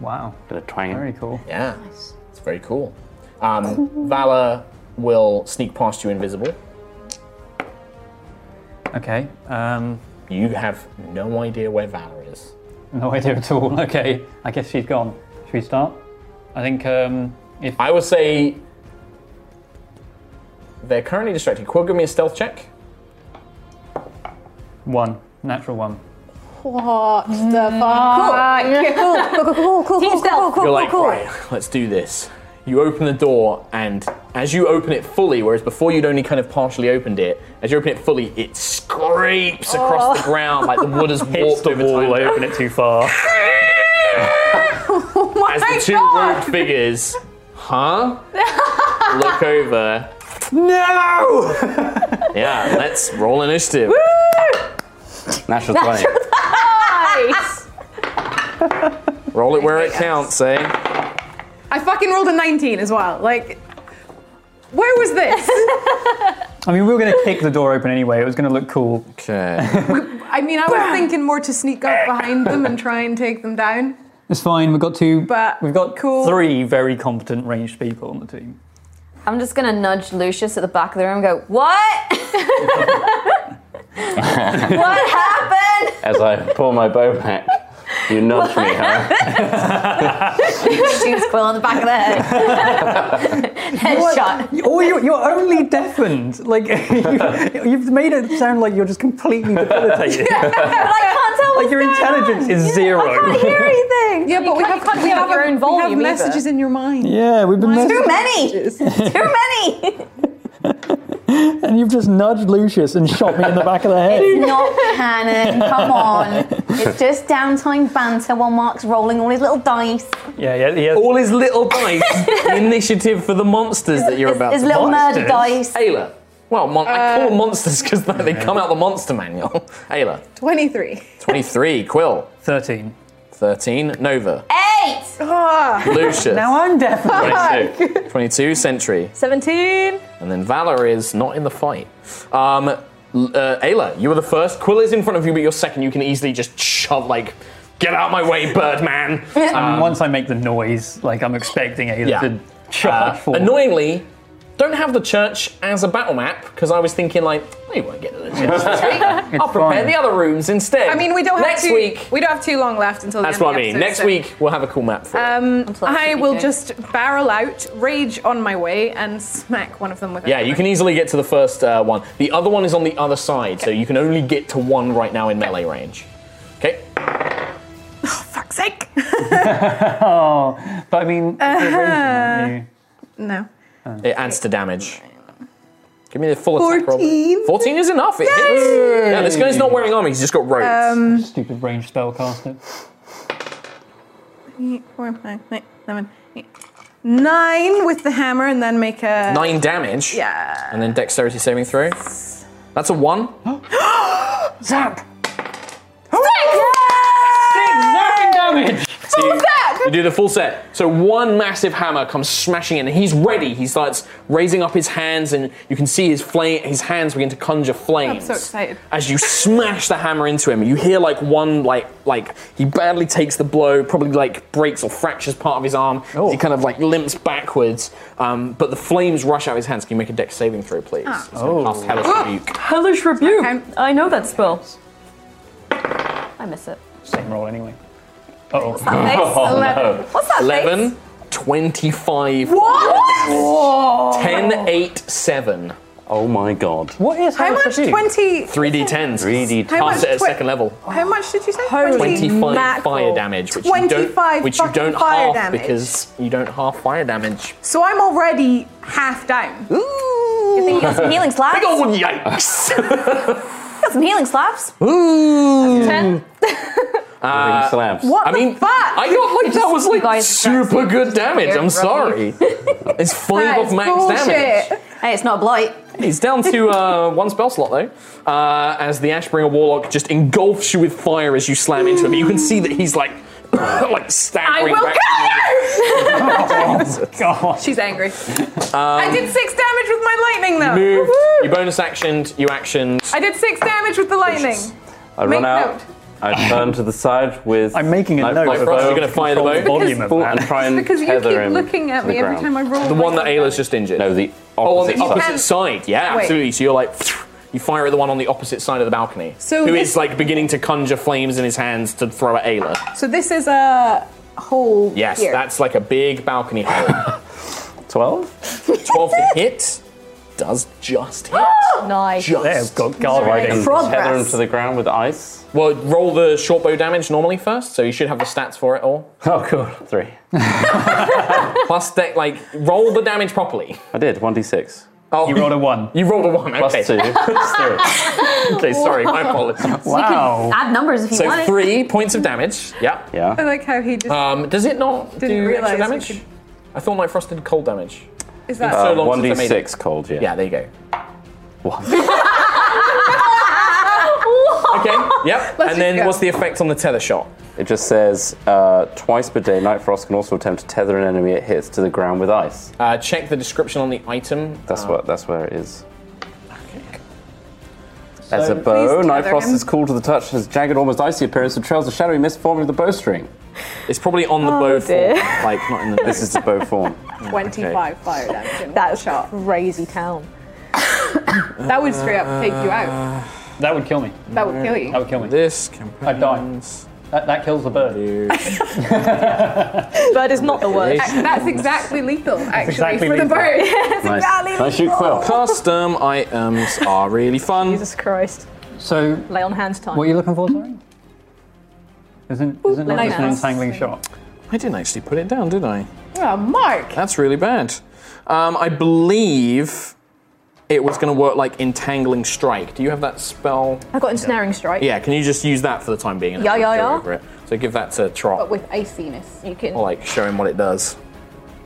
Wow. Gonna twang Very cool. Yeah. It's very cool. Um, Vala will sneak past you invisible. Okay. Um, you have no idea where Vala is. No idea at all. <laughs> Okay. I guess she's gone. Should we start? I think um, if I would say they're currently distracted. Quill, give me a stealth check. one natural one. What Mm. the fuck? Cool, cool, cool, cool, cool, cool, cool, cool, You're Oh, cool, like, cool. right, let's do this. You open the door, and as you open it fully, whereas before you'd only kind of partially opened it, as you open it fully, it scrapes across the Oh. ground like the wood has Hits warped the over wall, eh? time. I open it too far. <laughs> Oh as the two <laughs> robed figures, huh? Look over. No! <laughs> Yeah, let's roll initiative. <laughs> Natural Nice! Roll it where it counts, eh? I fucking rolled a 19 as well. Like, where was this? <laughs> I mean, we were going to kick the door open anyway. It was going to look cool. Okay. I mean, I was thinking more to sneak up behind them and try and take them down. it's fine. We've got two. But we've got cool. three very competent ranged people on the team. I'm just gonna nudge Lucius at the back of the room and go, <laughs> What? what happened? As I pull my bow back, you nudge me, huh? <laughs> Shoots Quill on the back of the <laughs> head. Headshot. Oh, you're, you're only deafened. Like <laughs> you, you've made it sound like you're just completely debilitated. <laughs> like your intelligence is zero. <laughs> anything. Yeah, but we can't- have, you can't we hear have, out your own we have volume either. messages in your mind. Yeah, we've been Too many. Too many. many. And you've just nudged Lucius and shot me in the back of the head. <laughs> It's not canon. Come on. It's just downtime banter while Mark's rolling all his little dice. Yeah, yeah, yeah. All <laughs> his little dice. initiative for the monsters that you're about his to little monsters? murder dice. Ayla. Well, mon- I Uh, call them monsters because they come out the monster manual. <laughs> Ayla. 23. 23. Quill. 13. 13. Nova. Eight! Lucius. Ah. Now I'm deafened. <laughs> 22. 22. Sentry. 17. And then Valor is not in the fight. Um, L- uh, Ayla, you were the first. Quill is in front of you, but you're second. You can easily just shove, like, get out of my way, Birdman. And Um, once I make the noise, like I'm expecting Ayla to charge Uh, annoyingly, don't have the church as a battle map because I was thinking like they won't get to the church this week. I'll prepare fine. the other rooms instead. I mean, we don't have next too, week. We don't have too long left until That's the end what I mean. of the Next episode, so- week we'll have a cool map for it. Um, I CPK. will just barrel out, rage on my way, and smack one of them with Yeah, it. you can easily get to the first uh, one. The other one is on the other side, so you can only get to one right now in melee range. Okay. Fuck's sake! <laughs> oh, but I mean, Uh-huh. No. It adds to damage. Give me the full attack roll. 14. 14 is enough. It hits. Yay! Yeah, this guy's not wearing armor. He's just got robes. Um, stupid ranged spellcaster. eight, four, five, six, seven, eight. Nine with the hammer, and then make a Nine damage. Yeah. And then dexterity saving throw. That's a one. <gasps> Zap! Six! Six! Nine damage! So you, They do the full set. So one massive hammer comes smashing in, and he's ready. He starts raising up his hands, and you can see his flame. His hands begin to conjure I'm flames. so excited. As you smash the hammer into him, you hear like one like like he badly takes the blow, probably like breaks or fractures part of his arm. He kind of like limps backwards, um, but the flames rush out of his hands. Can you make a dex saving throw, please? Ah. He's gonna Oh. cast Hellish Rebuke. Hellish Rebuke. I know that spell. I miss it. Same roll anyway. Uh-oh. that face? Eleven. <laughs> What's that face? 11, 25. What? 10, 8, 7. Oh my god. What is How much? Twenty. 3d10s. 3d10s. How much Pass it at twe- second level. How much did you say? 25 mackerel. fire damage, which you don't, 25 which you fucking don't fire half damage. because you don't half fire damage. So I'm already half down. Ooh. You think you got some healing slaps? Big old yikes. <laughs> got some healing slaps. Ooh. Ten. Uh, slabs. What I mean, I got like that was like super good damage. I'm <laughs> sorry. it's five of max damage. Hey, it's not a blight. He's down to uh, one spell slot though, uh, as the Ashbringer Warlock just engulfs you with fire as you slam into him. You can see that he's like, <coughs> like staggering back. kill you! She's angry. I Um, did six damage with my lightning, though. Move. Woo-hoo. You bonus actioned. You actioned. I did six damage with the lightning. I Make run out. note. I turn to the side with. I'm making a knife, note of how you control the Because- volume of that. and try and Because you tether keep him looking at to the me every ground. time I roll. The one that Ayla's just injured. No, the Oh, on the opposite opposite side. side. Yeah, Wait. absolutely. So you're like, <sniffs> you fire at the one on the opposite side of the balcony. So who this- is like beginning to conjure flames in his hands to throw at Ayla. So this is a hole. Yes, here. that's like a big balcony <gasps> hole. 12? 12 to hit does <gasps> just hit. Oh, nice. Just. So I can tether him to the ground with ice. Well, roll the short bow damage normally first, so you should have the stats for it all. Oh, cool. Three. Plus, deck, like, roll the damage properly. I did, 1d6. Oh. You rolled a 1. <laughs> You rolled a <laughs> 1, Plus okay. 2. <laughs> okay, sorry, my apologies. You can add numbers if you so want. three points of damage. Yeah. Yeah. I like how he just Um, does it not didn't do realize extra we damage? could- I thought Night Frost did cold damage. Is It's that so Uh, long since I made it. 1d6 cold, yeah. Yeah, there you go. <laughs> okay. Yep. and then what's the effect on the tether shot? It just says uh, twice per day, Night Frost can also attempt to tether an enemy it hits to the ground with ice. Uh, check the description on the item. That's, Uh, what, that's where it is. As a So- bow, Please Night tether Frost him. is cool to the touch, has jagged, almost icy appearance, and trails a shadowy mist forming the bowstring. It's probably on the Oh, bow dear. form. Like, not in the. This is the bow form. 25 fire damage. in That's crazy town. That would straight up take you out. That would kill me. That would kill you. That would kill me. This I'd die. That, that kills the bird. Bird is not the worst. Ac- That's exactly lethal, actually, exactly for the lethal. bird. Yes, Nice. exactly Nice shoot, lethal. Quill. Custom um, items are really fun. Jesus Christ. So, Lay on hands time. what are you looking for, sorry? Isn't, isn't that just an lighthouse. entangling shot? I didn't actually put it down, did I? Oh, Mark. That's really bad. Um, I believe it was going to work like entangling strike. Do you have that spell? I've got ensnaring strike. Yeah. Can you just use that for the time being? and Yeah, then yeah, go yeah. Over it. So give that to Trot. But with iciness, you can Or like show him what it does.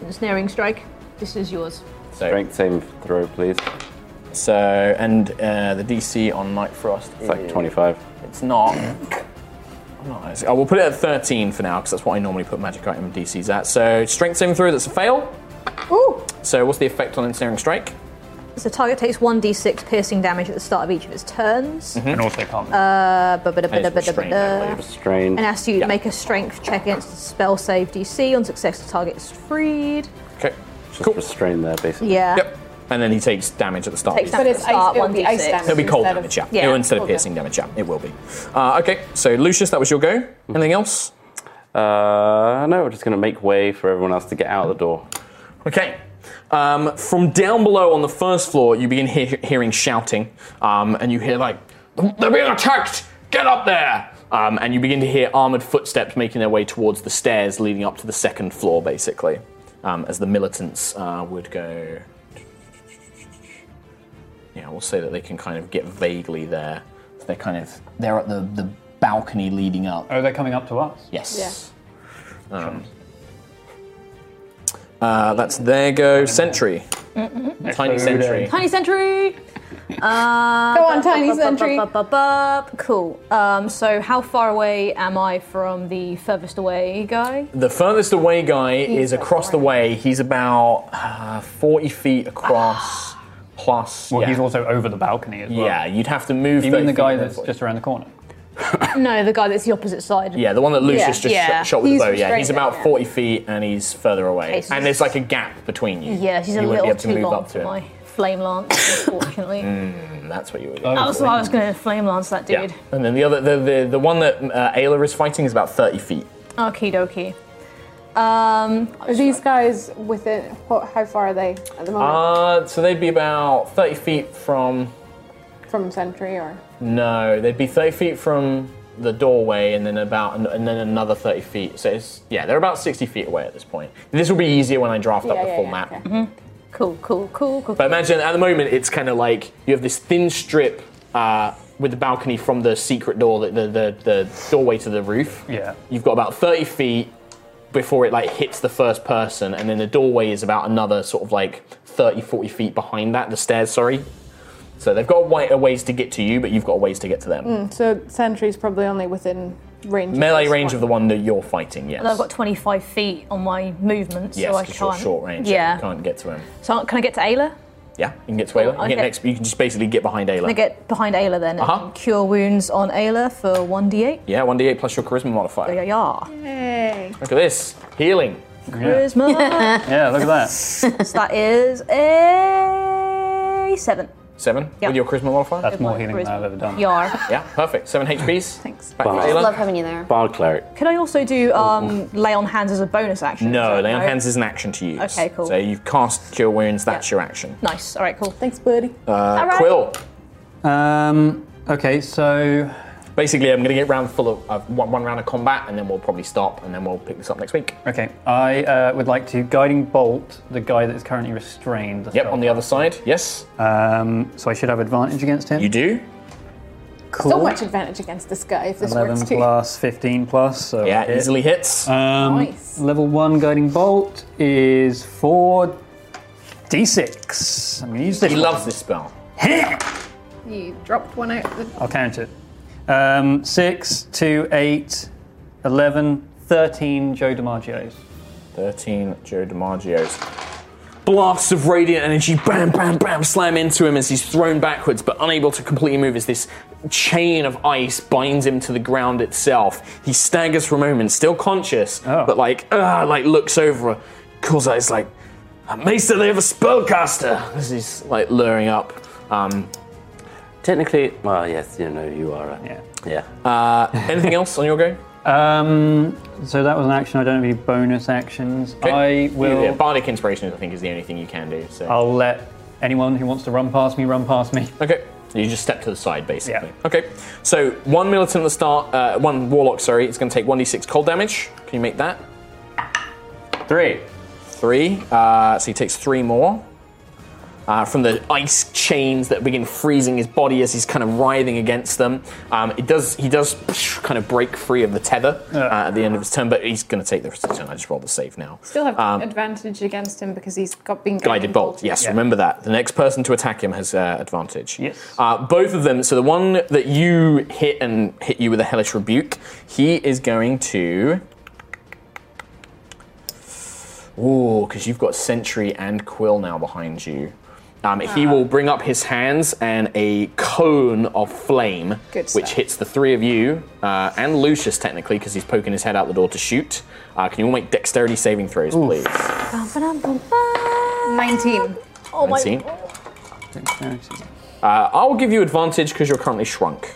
ensnaring strike. This is yours. Strength saving throw, please. So and uh, the DC on Night Frost It's like 25. It's not. I'm not actually- oh, we'll put it at 13 for now because that's what I normally put magic item DCs at. So strength saving throw. That's a fail. Ooh. So what's the effect on ensnaring strike? So target takes 1d6 piercing damage at the start of each of its turns. And also can't. Uh, And it's restrained, I believe. Restrained. and asks you to Yeah. make a strength check against the spell save DC. On success, the target is freed. Okay. Just restrained there, basically. Yeah. Yep. And then he takes damage at the start. Takes damage at the start, 1d6. It'll be cold damage, yeah. It'll- instead of piercing damage, yeah, it will be. Uh, okay, so Lucius, that was your go. Mm-hmm. Anything else? Uh, no, we're just going to make way for everyone else to get out the door. Okay. Um, from down below on the first floor, you begin hear- hearing shouting, um, and you hear like, "They're being attacked! Get up there!" Um, and you begin to hear armored footsteps making their way towards the stairs leading up to the second floor, basically, um, as the militants uh, would go. Yeah, we'll say that they can kind of get vaguely there. They're kind of they're at the the balcony leading up. Oh, they're coming up to us? Yes. Um, uh, that's their go. Sentry. Tiny sentry. Tiny Sentry! Uh, Go on, Tiny Sentry. bup, bup, bup, bup. Cool. Um, so, how far away am I from the furthest away guy? The furthest away guy He's is across the way. He's about uh, 40 feet <sighs> across, plus. Well, he's also over the balcony as well. Yeah, you'd have to move. You mean 30 the feet guy over. that's just around the corner? no, the guy that's the opposite side. Yeah, the one that Lucius just Shot, shot with He's the bow. Yeah, he's straight about there. 40 feet and he's further away. Okay, so and there's like a gap between you. Yeah, she's a You wouldn't be little able to too move long up for to my <laughs> flame lance, unfortunately. Mm, that's what you were doing. That was what I was going to flame lance that Oh, dude. Yeah. And then the other, the, the, the one that uh, Ayla is fighting is about 30 feet. Okie dokie. Um, are these guys within? What, how far are they at the moment Uh, so they'd be about 30 feet from. Uh, from Sentry or? No, they'd be 30 feet from the doorway and then about and then another 30 feet. So it's, yeah, they're about 60 feet away at this point. This will be easier when I draft up Yeah, the yeah, full yeah, map. Cool, cool, cool, cool. But imagine at the moment it's kind of like you have this thin strip uh, with the balcony from the secret door, the, the, the, the doorway to the roof. Yeah. You've got about 30 feet before it like hits the first person, and then the doorway is about another sort of like 30, 40 feet behind that, the stairs, sorry. So they've got a wa- a ways to get to you, but you've got a ways to get to them. Mm, so Sentry's probably only within range. Melee range of the one that you're fighting, yes. And I've got 25 feet on my movement, yes, so I 'cause you're can't. short range. Yeah. Yeah. You can't get to him. So can I get to Ayla? Yeah, you can get to Ayla. You, can Okay. get next, you can just basically get behind Ayla. Can I get behind Ayla then? and Uh-huh. Cure wounds on Ayla for 1d8. Yeah, 1d8 plus your charisma Yeah, modifier. yeah, yeah. Yay. Look at this healing. Charisma. Yeah, look at that. so that is a 7. Seven Yeah. with your charisma modifier. That's more healing than Charisma. I've ever done. Yar. Yeah, perfect. Seven HPs. Thanks. Back Wow. to Ayla. Love having you there. Bard cleric. Can I also do um, lay on hands as a bonus action? No, lay on No. hands is an action to use. Okay, cool. So you've cast cure wounds. That's your action. Nice. All right, cool. Thanks, buddy. Uh, All right. Quill. Um. Okay, so basically, I'm going to get round full of uh, one, one round of combat, and then we'll probably stop, and then we'll pick this up next week. Okay, I uh, would like to guiding bolt the guy that is currently restrained. yep, on the other side. Yes. Um, so I should have advantage against him. You do. Cool. So much advantage against this guy if this Eleven works too. plus, fifteen plus. So Yeah, easily hits. Um, Nice. Level one guiding bolt is four d6. I'm gonna use this. He one. loves this spell. You dropped one out. The... I'll count it. Um, 6, 2, 8, 11, 13 Joe DiMaggio's. 13 Joe DiMaggio's. Blasts of radiant energy, bam, bam, bam, slam into him as he's thrown backwards, but unable to completely move as this chain of ice binds him to the ground itself. He staggers for a moment, still conscious, Oh. but like, ah, like looks over. Kozai's like, I may still have a spellcaster. As he's like luring up. Um, Technically, well, yes, you know, you are. A, yeah. Yeah. <coughs> uh, <laughs> anything else on your go? Um, so that was an action. I don't have any bonus actions. I will. Yeah, Bardic Inspiration, I think, is the only thing you can do. So I'll let anyone who wants to run past me run past me. Okay. You just step to the side, basically. Okay, so one militant at the start, uh, one warlock, sorry, it's going to take 1d6 cold damage. Can you make that? Three. Three. Uh, so he takes three more uh, from the ice chains that begin freezing his body as he's kind of writhing against them. Um, it does. He does kind of break free of the tether uh, at the end of his turn, but he's going to take the rest of the turn. I just rolled the save now. Still have Um, advantage against him because he's got been Guided bolt. Yes, remember that. The next person to attack him has uh, advantage. Yes. Uh, both of them. So the one that you hit and hit you with a hellish rebuke, he is going to. Ooh, because you've got Sentry and Quill now behind you. Um, He will bring up his hands and a cone of flame, Good which stuff. hits the three of you uh, and Lucius technically because he's poking his head out the door to shoot. Uh, can you all make dexterity saving throws, please? 19. Oh my- 19. Uh, I will give you advantage because you're currently shrunk.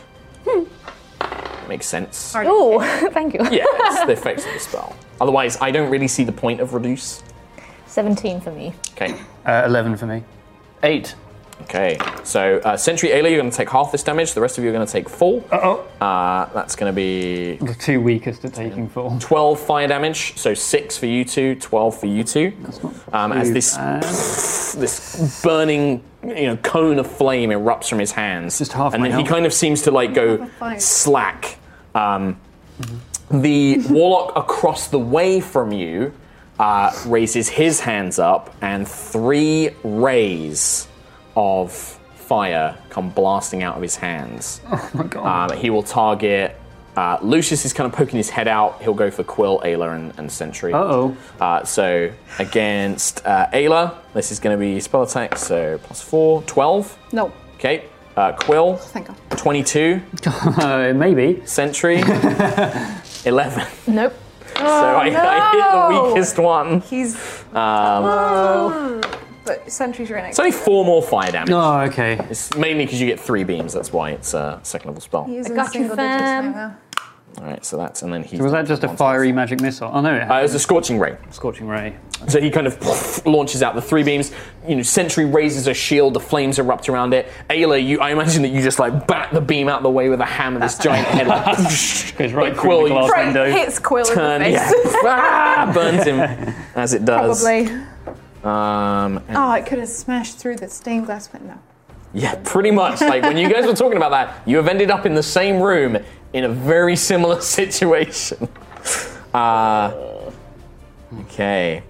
Makes sense. Oh, <laughs> thank you. Yeah, it's the effects of the spell. Otherwise, I don't really see the point of reduce. 17 for me. Okay. Uh, 11 for me. Eight. Okay, so uh, Sentry Ayla, you're going to take half this damage. The rest of you are going to take full. Uh oh. Uh, that's going to be The two weakest at taking full. 12 fire damage, so 6 for you two, 12 for you two. Um, as too this this burning you know cone of flame erupts from his hands. Just half And my then he health. kind of seems to like go slack. Um, the warlock across the way from you uh, raises his hands up, and three rays of fire come blasting out of his hands. <laughs> Oh my god. Um, he will target. Uh, Lucius is kind of poking his head out. He'll go for Quill, Ayla, and, and Sentry. Uh-oh. Uh So against uh, Ayla, this is going to be spell attack, so plus four, 12. No. Okay. Uh, Quill. Thank God. 22. <laughs> Uh, maybe. <laughs> Sentry. 11. Nope. <laughs> So I, I hit the weakest one. Oh, He's. Um, But Sentry's right next it's only four more fire damage. Oh, okay. It's mainly because you get three beams, that's why it's a second level spell. He's I in got you, single digits fam. now. Alright, so that's. And then he. So was that just a fiery magic missile? Oh no, it, Uh, it was a scorching ray. Scorching ray. So he kind of launches out the three beams. You know, Sentry raises a shield. The flames erupt around it. Ayla, you, I imagine that you just like bat the beam out of the way with a hammer. This giant head like <laughs> goes right through Quill, the glass Frank hits Quill Turn, in the yeah. face. Ah, burns <laughs> him as it does. Probably. Um, and- Oh, it could have smashed through the stained glass window. Yeah, pretty much. Like when you guys were talking about that, you have ended up in the same room in a very similar <laughs> situation. Uh, okay.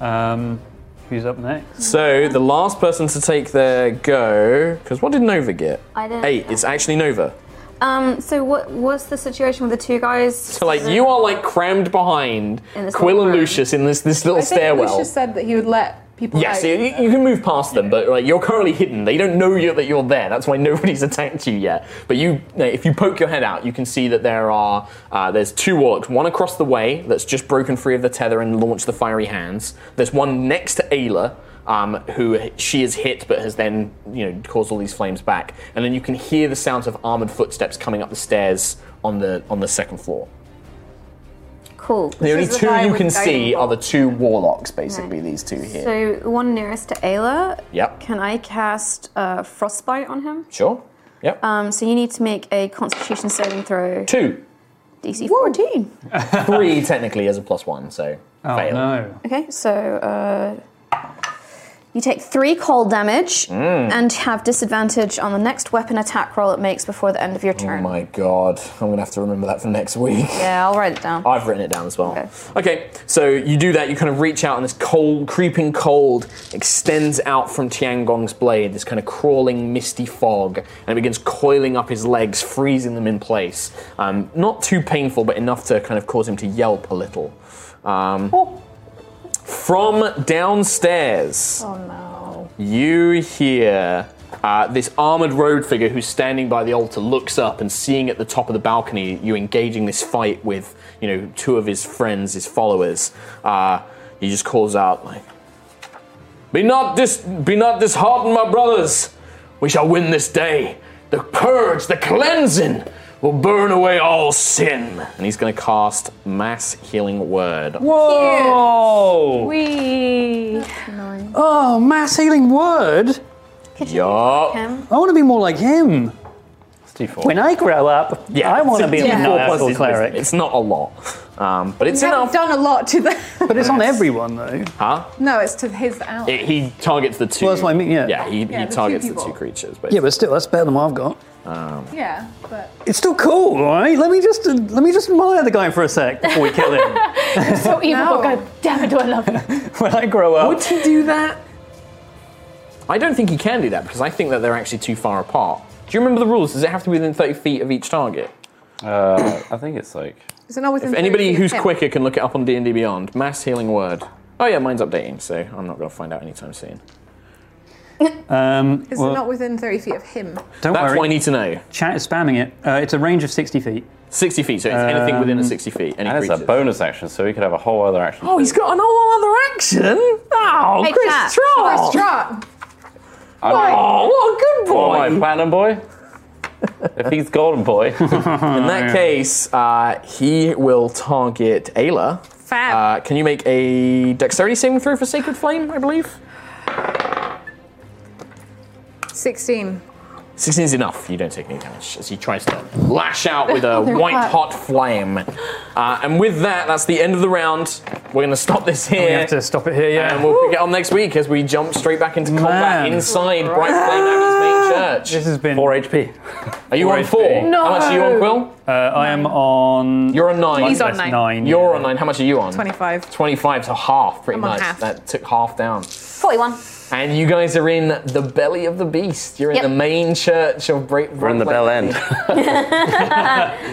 um, who's up next? So the last person to take their go, because what did Nova get? I did. Eight. It's actually Nova. Um, so what what's the situation with the two guys? So like you are like crammed behind In this Quill little and Lucius in this this little I think stairwell. Lucius said that he would let people Yes, out. you, you can move past them, but like you're currently hidden. They don't know you, that you're there. That's why nobody's <laughs> attacked you yet. But you, if you poke your head out, you can see that there are uh, there's two warlocks. One across the way that's just broken free of the tether and launched the fiery hands. There's one next to Ayla. Um, who she is hit, but has then you know caused all these flames back, and then you can hear the sounds of armored footsteps coming up the stairs on the on the second floor. Cool. The only This is two guy you with can guiding see bolt. are the two warlocks, basically these two here. So the one nearest to Ayla. Yep. Can I cast uh, frostbite on him? Sure. Yep. Um, so you need to make a Constitution saving throw. Two. DC 14. Three technically as a plus one, so oh, fail. No. Okay, so uh, you take three cold damage Mm. and have disadvantage on the next weapon attack roll it makes before the end of your Oh turn. my god, I'm gonna have to remember that for next week. <laughs> Yeah, I'll write it down. I've written it down as well. Okay. so you do that, you kind of reach out, and this cold, creeping cold extends out from Tiangong's blade, this kind of crawling, misty fog, and it begins coiling up his legs, freezing them in place. Um, not too painful, but enough to kind of cause him to yelp a little. Um, Oh. From downstairs. Oh no. You hear uh, this armored road figure who's standing by the altar looks up and seeing at the top of the balcony you engaging this fight with, you know, two of his friends, his followers. Uh, he just calls out like, "Be not dis, be not disheartened, my brothers. We shall win this day. The purge, the cleansing." Will burn away all sin, and he's going to cast mass healing word. Whoa! We. Oh, mass healing word. Yup. I want to be more like him. D4. When I grow up, Yeah, I want to be it's a a D4 plus maniacal is- cleric. It's not a lot, um, but it's you enough. haven't done a lot to the. <laughs> But it's on everyone though. Huh? No, it's to his out. It, he targets the two. Well, that's what I mean, yeah. Yeah, he, Yeah, he the two targets the people. two creatures. Basically. Yeah, but still, that's better than what I've got. Um, Yeah, but It's still cool, all right? Let me just uh, let me just admire the guy for a sec before we kill him. <laughs> so evil. but God damn it, do I love him? when I grow up, Would he do that? I don't think he can do that because I think that they're actually too far apart. Do you remember the rules? Does it have to be within 30 feet of each target? Uh, I think it's like. Is it not within If 30 anybody feet of who's him? quicker can look it up on D&D Beyond. Mass Healing Word. Oh yeah, mine's updating, so I'm not going to find out anytime soon. um, Is well, it not within 30 feet of him? don't That's worry. what I need to know. Chat is spamming it. Uh, it's a range of sixty feet. 60 feet, so it's anything within a 60 feet. Any and it's a creatures. bonus action, so he could have a whole other action. Oh, he's got an all other action. Oh, Hey, Chris Chat. Trott. Chris Trott. Oh, what a good boy. Oh, my platinum boy. <laughs> if he's golden boy. In In that case, uh, he will target Ayla. Fab. Uh, can you make a dexterity saving throw for Sacred Flame, I believe? 16. 16 is enough. You don't take any damage as he tries to <laughs> lash out with a <laughs> They're white hot. hot flame. Uh, and with that, that's the end of the round. We're going to stop this here. We have to stop it here, yeah. And we'll pick it on next week as we jump straight back into combat Man. inside Bright Flame Abbey's main church. This has been four HP. Are you on four? How much are you on, Quill? Uh, I am on. You're on nine. He's on nine. You're on nine. How much are you on? 25. 25 to half, pretty I'm on much. half. That took half down. 41. And you guys are in the belly of the beast. You're in Yep. the main church of Bra- We're in the bell end.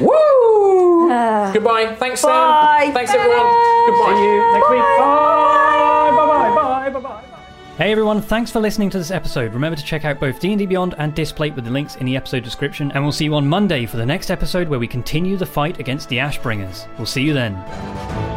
Woo! <sighs> Goodbye. Thanks, Sam. Thanks, everyone. Goodbye. See you next week. Bye. Bye. Bye. Bye. Bye. Bye. Hey everyone, thanks for listening to this episode. Remember to check out both D&D Beyond and Displate with the links in the episode description, and we'll see you on Monday for the next episode where we continue the fight against the Ashbringers. We'll see you then.